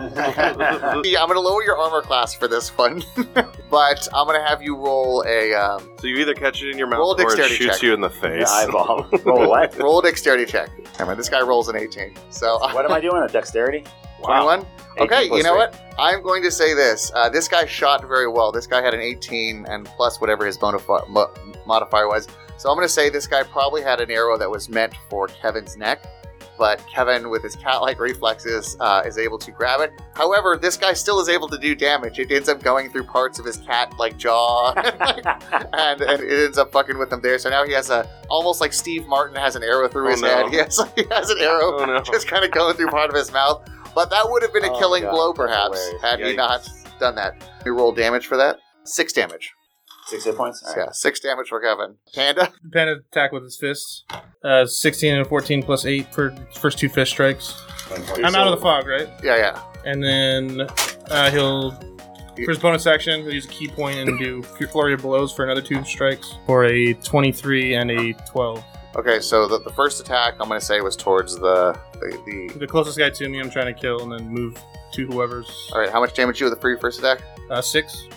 H: Yeah, I'm gonna lower your armor class for this one, but I'm gonna have you roll a um,
J: So you either catch it in your mouth
H: Roll a
J: or it
H: dexterity
J: shoots
H: check.
J: you in the face.
A: eyeball.
H: roll a dexterity check. I mean, this guy rolls an 18. So
A: What am I doing? A dexterity?
H: 21. Okay,
A: 18 plus
H: you know
A: three.
H: what? I'm going to say this. Uh, this guy shot very well. This guy had an 18 and plus whatever his bonif- mo- modifier was. So I'm going to say this guy probably had an arrow that was meant for Kevin's neck, but Kevin, with his cat-like reflexes, uh, is able to grab it. However, this guy still is able to do damage. It ends up going through parts of his cat-like jaw, and, and it ends up fucking with him there. So now he has a almost like Steve Martin has an arrow through
J: Oh,
H: his
J: no.
H: head. He has, he has an arrow
J: Oh, no.
H: just kind of going through part of his mouth. But that would have been a
A: Oh,
H: killing
A: God,
H: blow,
A: that's
H: perhaps,
A: hilarious.
H: had he
A: Yikes.
H: not done that. We roll damage for that. Six damage.
A: Six hit points? All right.
H: Yeah, six damage for Kevin. Panda.
O: Panda attack with his fists. Uh, 16 and a 14 plus 8 for first two fist strikes. I'm out of the fog, right?
H: Yeah, yeah.
O: And then uh, he'll, for his bonus action, he'll use a key point and do flurry of blows for another two strikes. For a 23 and a 12.
H: Okay, so the, the first attack I'm going to say was towards the, the the.
O: The closest guy to me, I'm trying to kill, and then move to whoever's
H: All right, how much damage you with the free first attack?
O: uh, six.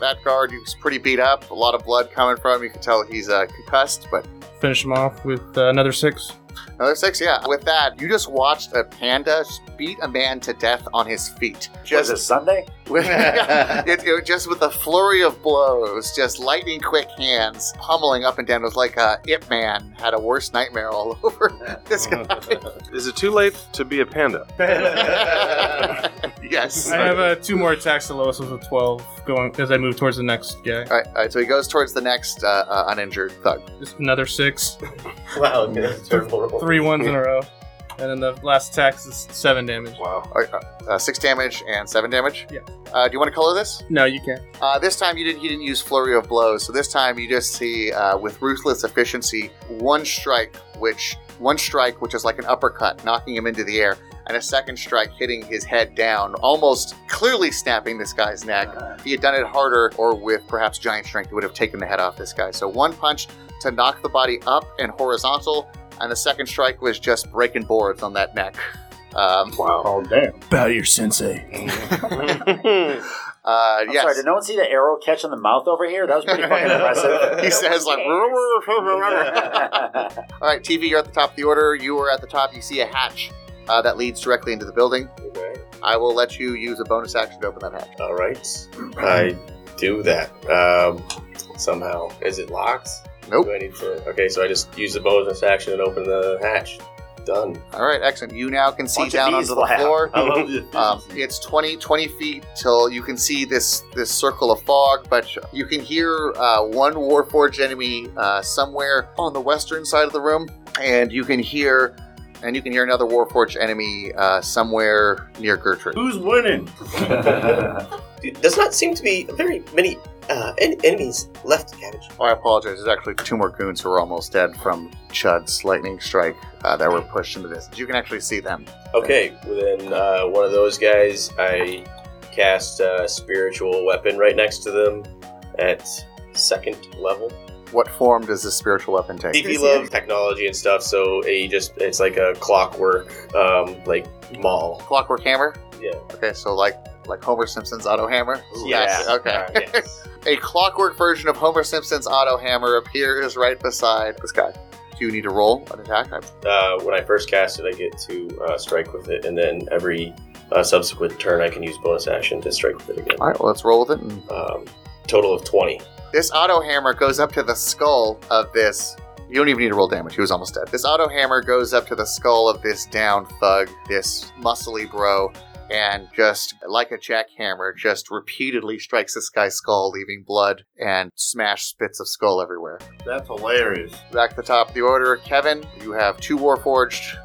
H: That guard, he's pretty beat up. A lot of blood coming from him. You can tell he's uh, concussed, but
O: Finish him off with uh, another six.
H: Another six, yeah. With that, you just watched a panda beat a man to death on his feet. Just
A: it Sunday?
H: With, it, it was just with a flurry of blows, just lightning quick hands pummeling up and down. It was like uh, Ip Man had a worst nightmare all over this guy.
J: Is it too late to be a panda?
H: yes.
O: I have uh, two more attacks. The lowest was a 12 going as I move towards the next guy.
H: All right, all right, so he goes towards the next uh, uh, uninjured thug.
O: Just another six.
K: Wow, okay, that's a terrible roll.
O: Three ones in a row. And then the last tax is seven damage.
H: Wow. Uh, six damage and seven damage.
O: Yeah.
H: Uh, do you want to color this?
O: No, you can't.
H: Uh, this time you didn't. He didn't use flurry of blows. So this time you just see uh, with ruthless efficiency one strike, which one strike, which is like an uppercut, knocking him into the air, and a second strike hitting his head down, almost clearly snapping this guy's neck. If he had done it harder or with perhaps giant strength, it would have taken the head off this guy. So one punch to knock the body up and horizontal, and the second strike was just breaking boards on that neck. Um, wow.
D: Oh, damn.
P: Bow to your sensei.
H: Uh, yes.
A: Sorry, did no one see the arrow catch in the mouth over here? That was pretty fucking impressive.
H: He says like,
A: Okay.
H: all right, TV, you're at the top of the order. You are at the top. You see a hatch uh, that leads directly into the building.
E: Okay.
H: I will let you use a bonus action to open that hatch.
E: All right. I do that um, somehow. Is it locked?
H: Nope.
E: Do I need to? Okay, so I just use the bonus action and open the hatch. Done.
H: All right, excellent. You now can see
E: Bunch of
H: down
E: bees
H: onto the
E: fly out.
H: floor.
E: I love this.
H: Um, it's 20, 20 feet till you can see this this circle of fog, but you can hear uh, one Warforged enemy uh, somewhere on the western side of the room, and you can hear and you can hear another Warforged enemy uh, somewhere near Gertrude.
D: Who's winning?
E: Dude, does not seem to be very many uh, en- enemies left. Cabbage.
H: Oh, I apologize. There's actually two more goons who are almost dead from Chud's lightning strike uh, that were pushed into this. You can actually see them.
E: Okay, well then uh, one of those guys, I cast uh, spiritual weapon right next to them at second level.
H: What form does this spiritual weapon take?
E: He loves technology and stuff, so he just it's like a clockwork, um, like maul.
H: Clockwork hammer.
E: Yeah.
H: Okay, so like like Homer Simpson's auto hammer.
E: Yes.
H: Gotcha, Okay. A clockwork version of Homer Simpson's auto hammer appears right beside this guy. Do you need to roll an attack? I-
E: Uh, when I first cast it, I get to uh, strike with it, and then every uh, subsequent turn, I can use bonus action to strike with it again.
H: All right, well, let's roll with it. And...
E: Um, total of twenty.
H: This auto hammer goes up to the skull of this. You don't even need to roll damage. He was almost dead. This auto hammer goes up to the skull of this down thug, this muscly bro, and just like a jackhammer, just repeatedly strikes this guy's skull, leaving blood and smashed bits of skull everywhere.
D: That's hilarious.
H: Back to the top of the order, Kevin. You have two Warforged.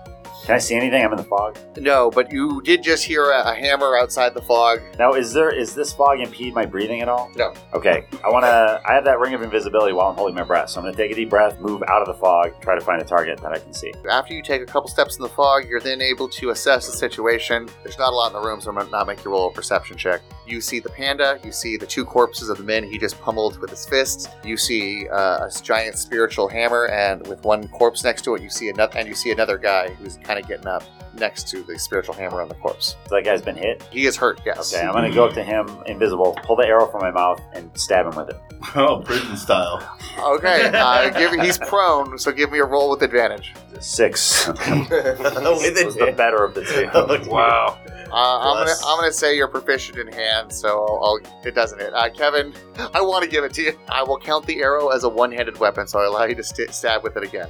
A: Can I see anything? I'm in the fog.
H: No, but you did just hear a, a hammer outside the fog.
A: Now, is there is this fog impede my breathing at all?
H: No.
A: Okay, I want to. I have that ring of invisibility while I'm holding my breath, so I'm going to take a deep breath, move out of the fog, try to find a target that I can see.
H: After you take a couple steps in the fog, you're then able to assess the situation. There's not a lot in the room, so I'm gonna not make you roll a perception check. You see the panda. You see the two corpses of the men he just pummeled with his fists. You see uh, a giant spiritual hammer, and with one corpse next to it, you see another, and you see another guy who's kind of getting up next to the spiritual hammer on the corpse.
A: So that guy's been hit.
H: He is hurt. Yes.
A: Okay, I'm going to go up to him, invisible, pull the arrow from my mouth, and stab him with it.
D: Oh, prison style.
H: Okay, uh, give, he's prone, so give me a roll with advantage.
A: Six.
E: was
A: the better of the two.
H: Uh,
J: wow.
H: I'm gonna
A: Plus-
H: I'm gonna say you're proficient in hand, so I'll, I'll, it doesn't hit. Uh, Kevin, I want to give it to you. I will count the arrow as a one-handed weapon, so I allow you to st- stab with it again.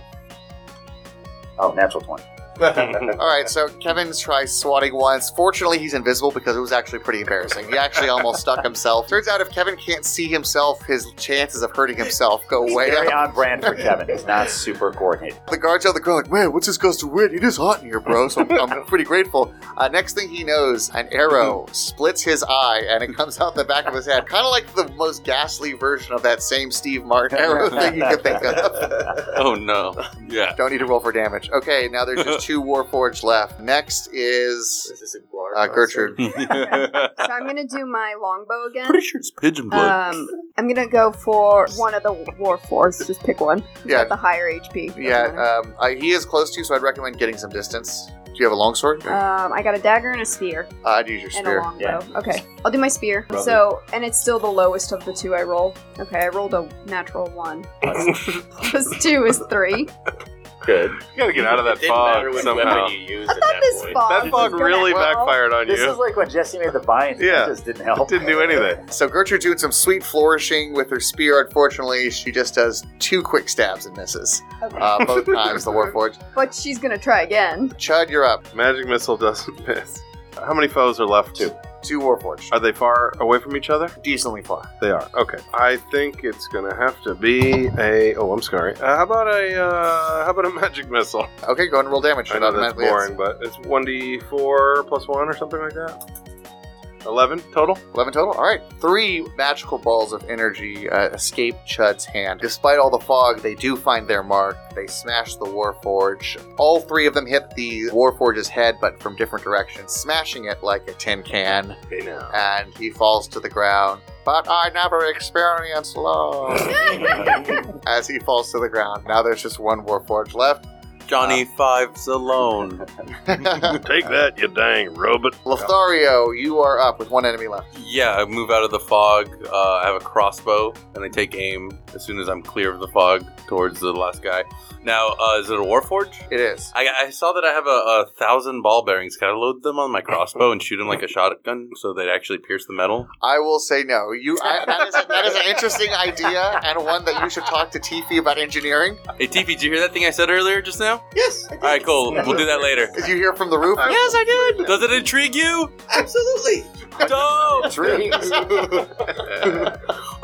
A: Oh, natural 20.
H: All right, so Kevin tries swatting once. Fortunately, he's invisible because it was actually pretty embarrassing. He actually almost stuck himself. Turns out, if Kevin can't see himself, his chances of hurting himself go way
A: Very
H: up.
A: on brand for Kevin. He's not super coordinated.
H: The guards on the ground are like, man, what's this gust of wind? It is hot in here, bro. So I'm pretty grateful. Uh, next thing he knows, an arrow splits his eye and it comes out the back of his head, kind of like the most ghastly version of that same Steve Martin arrow thing you can think of.
F: Oh no. Yeah.
H: Don't need to roll for damage. Okay, now there's just two Warforged left. Next is, uh, Gertrude.
I: So I'm gonna do my longbow again.
F: It's pigeon
I: Um, I'm gonna go for one of the war
J: Uh,
I: force. Just pick one. It's
H: Yeah.
I: got the higher HP.
H: yeah, um, uh, he is close to you, so I'd recommend getting some distance. Do you have a longsword? Uh,
I: Um, I got a dagger and a spear
H: I'd use your
I: and a
H: spear.
I: longbow. Okay, I'll do my spear.
H: Probably.
I: So, and it's still the lowest of the two I roll. Okay, I rolled a natural one. Plus two is three.
F: Good. You
J: gotta get out of that fog somehow.
I: I thought this fog.
J: That
I: was
J: fog
I: gonna
J: really
I: help.
J: backfired on
A: This
J: you.
A: is like when Jesse made the vines.
J: Yeah.
A: It just didn't help.
J: Didn't do anything.
H: So Gertrude's doing some sweet flourishing with her spear. Unfortunately, she just does two quick stabs and misses
I: Okay.
H: uh, both times. The Warforged.
I: But she's gonna try again.
H: Chud, you're up.
J: Magic missile doesn't miss. How many foes are left? Two.
H: Two Warforged.
J: Are they far away from each other?
H: Decently far.
J: They are. Okay. I think it's gonna have to be a. Oh, I'm sorry. Uh, how about a? Uh, how about a magic missile?
H: Okay, go ahead and roll damage.
J: I know that's
H: Automatically hits.
J: boring, but it's one d four plus one or something like that. Eleven total.
H: 11 total? All right. Three magical balls of energy uh, escape Chud's hand. Despite all the fog, they do find their mark. They smash the Warforge. All three of them hit the Warforge's head, but from different directions, smashing it like a tin can. And he falls to the ground. But I never experienced love. As he falls to the ground, now there's just one Warforge left.
F: Johnny Fives alone.
G: Uh, Take that, you dang robot.
H: Lothario, you are up with one enemy left.
F: Yeah, I move out of the fog. Uh, I have a crossbow, and I take aim as soon as I'm clear of the fog towards the last guy. Now, uh, is it a Warforge?
H: It is.
F: I, I saw that I have a, a thousand ball bearings. Can I load them on my crossbow and shoot them like a shotgun so they actually pierce the metal?
H: I will say no. You I, that, is, that is an interesting idea and one that you should talk to Tifi about engineering.
F: Hey, TP, did you hear that thing I said earlier just now?
E: Yes.
F: All right, cool. We'll do that later.
H: Did you hear from the roof?
E: Yes, I did.
F: Does it intrigue you?
E: Absolutely.
F: Dope.
H: Dreams.
F: All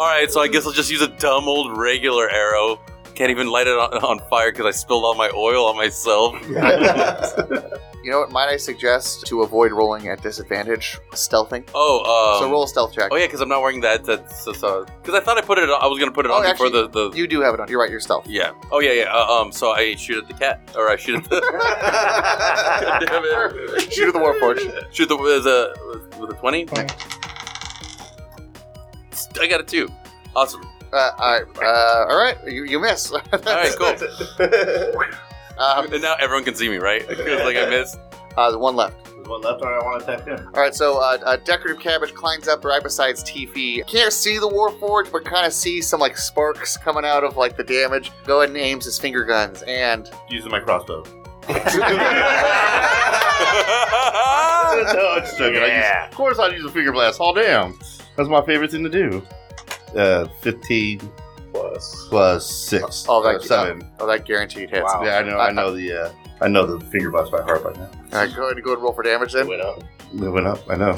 F: right, so I guess I'll just use a dumb old regular arrow. Can't even light it on, on fire because I spilled all my oil on myself.
H: You know what? Might I suggest to avoid rolling at disadvantage, stealthing?
F: Oh, um,
H: so roll a stealth check.
F: Oh yeah, because I'm not wearing that. That's because I thought I put it. on I was gonna put it
H: Oh,
F: on before
H: actually,
F: the, the.
H: You do have it on. You're right. You're stealth.
F: Yeah. Oh yeah, yeah. Uh, um. So I shoot at the cat, or I shoot at the. Damn it.
H: Shoot at the warforge.
F: Shoot the with a with a twenty. I got a two. Awesome.
H: Uh, all right. Uh, all right. You, you miss. all right.
F: Cool.
H: Um,
F: and now everyone can see me, right? 'Cause, like I missed.
H: Uh, there's one left.
D: There's one left, or I want to attack him.
H: All right, so uh, uh, decorative cabbage climbs up right besides Tifi. Can't see the warforge, but kind of see some like sparks coming out of like the damage. Go ahead and aims his finger guns and
D: Using my crossbow.
H: no,
D: I'm just joking. I use- of course, I'd use a finger blast. All damn. That's my favorite thing to do. Uh, 15
K: plus
D: plus 6.
H: all
D: uh,
H: Oh, that
D: 7.
H: All, that guaranteed hits.
D: Yeah, I know. I know the uh, I know the finger blast by heart by now.
H: All right, go ahead and go and roll for damage then.
D: It went up. I know.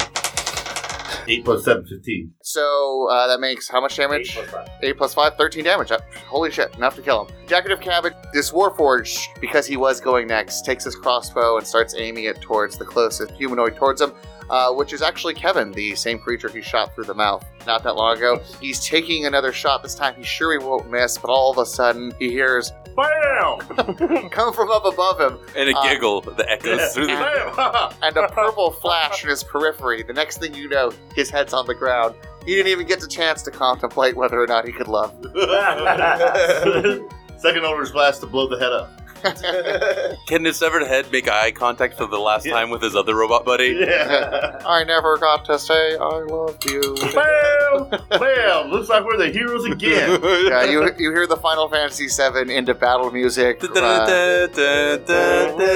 D: 8 plus 7, 15.
H: So uh, that makes how much damage? 8 plus 5. 13 damage. Uh, Holy shit, enough to kill him. Decorative Cabbage, this Warforge, because he was going next, takes his crossbow and starts aiming it towards the closest humanoid towards him, uh, which is actually Kevin, the same creature he shot through the mouth not that long ago. He's taking another shot. This time he's sure he won't miss, but all of a sudden he hears BAM! come from up above him.
F: And a
H: Uh,
F: giggle that echoes through the.
H: and a purple flash in his periphery. The next thing you know, his head's on the ground. He didn't even get the chance to contemplate whether or not he could love.
D: Second order's blast to blow the head up.
F: Can his severed head make eye contact for the last time with his other robot buddy?
H: I never got to say I love you.
D: Bam! Bam! Looks like we're the heroes again.
H: yeah, you, you hear the Final Fantasy VII into battle music. Uh,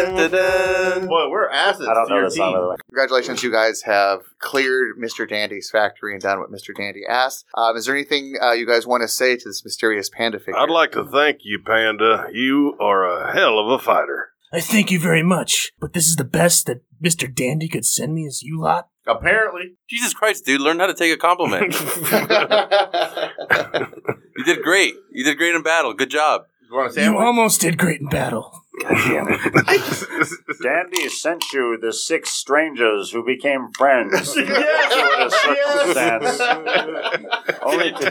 D: Boy, we're assets.
A: I don't
H: to
A: know
H: your
A: this song, by the way.
H: congratulations, you guys have cleared Mr. Dandy's factory and done what Mr. Dandy asked. Um, is there anything uh, you guys want to say to this mysterious panda figure?
G: I'd like to thank you, Panda. You are a hell of a fighter.
Q: I thank you very much, but this is the best that Mr. Dandy could send me is you lot.
D: Apparently.
F: Jesus Christ, dude, learn how to take a compliment. you did great. You did great in battle. Good job.
Q: You almost did great in battle.
A: Dandy sent you the six strangers who became friends.
D: yes!
A: Circumstance. Only to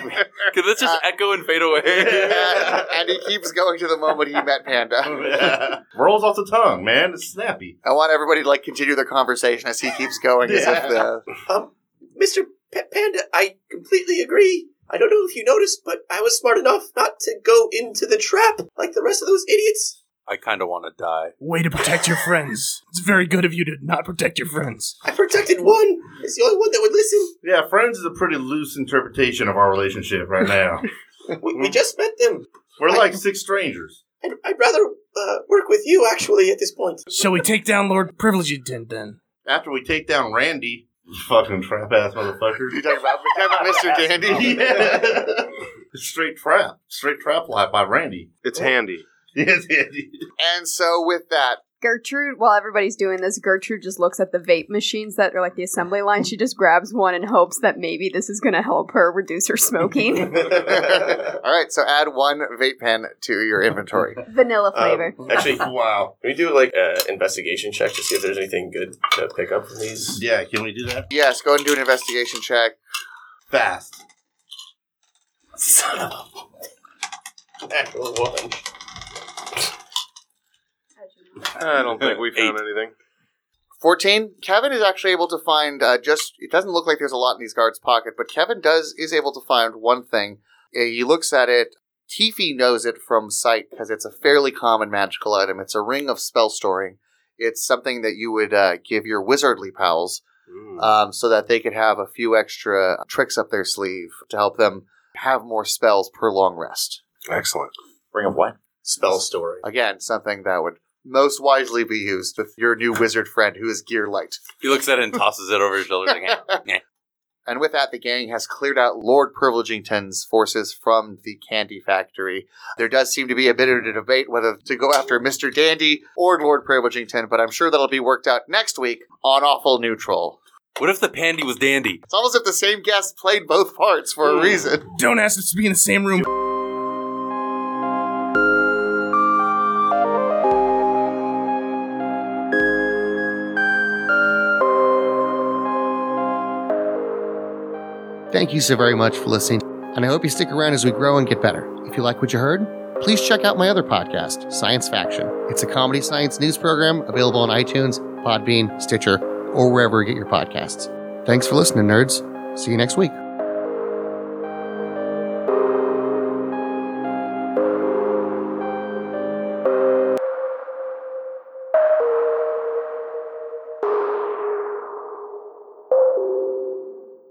F: Could this just echo and fade away?
H: Uh, and he keeps going to the moment he met Panda.
D: Rolls off the tongue, man. It's snappy.
H: I want everybody to like continue their conversation as he keeps going. As if uh, the
E: Um, Mr. Pa- Panda, I completely agree. I don't know if you noticed, but I was smart enough not to go into the trap like the rest of those idiots.
F: I kind of want to die.
Q: Way to protect your friends. It's very good of you to not protect your friends.
E: I protected one. It's the only one that would listen.
D: Yeah, friends is a pretty loose interpretation of our relationship right now.
E: We, we just met them.
D: We're like six strangers.
E: I'd, I'd rather uh, work with you, actually, at this point.
Q: Shall we take down Lord Privileged then?
D: After we take down Randy, you fucking trap ass motherfucker.
H: you talking about, you talking about Mr. Dandy?
D: yeah. Straight trap. Straight trap life by Randy.
J: It's handy.
D: Yes, Andy.
H: And so with that,
I: Gertrude, while everybody's doing this, Gertrude just looks at the vape machines that are like the assembly line. She just grabs one and hopes that maybe this is going to help her reduce her smoking.
H: All right, so add one vape pen to your inventory.
I: Vanilla flavor.
K: Um, actually,
D: wow.
K: Can we do like an investigation check to see if there's anything good to pick up from these?
D: Yeah, can we do that?
H: Yes, go and do an investigation check.
D: Fast.
K: Son of a. Natural one.
J: I don't think we found anything.
H: 14 kevin is actually able to find uh, just it doesn't look like there's a lot in these guards pocket but kevin does is able to find one thing Uh, he looks at it tifi knows it from sight because it's a fairly common magical item it's a ring of spell storing it's something that you would uh, give your wizardly pals
K: Hmm.
H: um, so that they could have a few extra tricks up their sleeve to help them have more spells per long rest
J: excellent
H: ring of what
K: Spell story.
H: again something that would most wisely be used with your new wizard friend who is gear light
F: He looks at it and tosses it over his shoulder. Like, "Eh, eh."
H: And with that, the gang has cleared out Lord Privilegington's forces from the candy factory. There does seem to be a bit of a debate whether to go after Mr. Dandy or Lord Privilegington, but I'm sure that'll be worked out next week on Awful Neutral.
F: What if the pandy was dandy? Hmm.
H: It's almost if the same guest played both parts for a reason.
Q: Don't ask us to be in the same room.
R: Thank you so very much for listening, and I hope you stick around as we grow and get better. If you like what you heard, please check out my other podcast, Science Faction. It's a comedy science news program available on iTunes, Podbean, Stitcher, or wherever you get your podcasts. Thanks for listening, nerds. See you next week.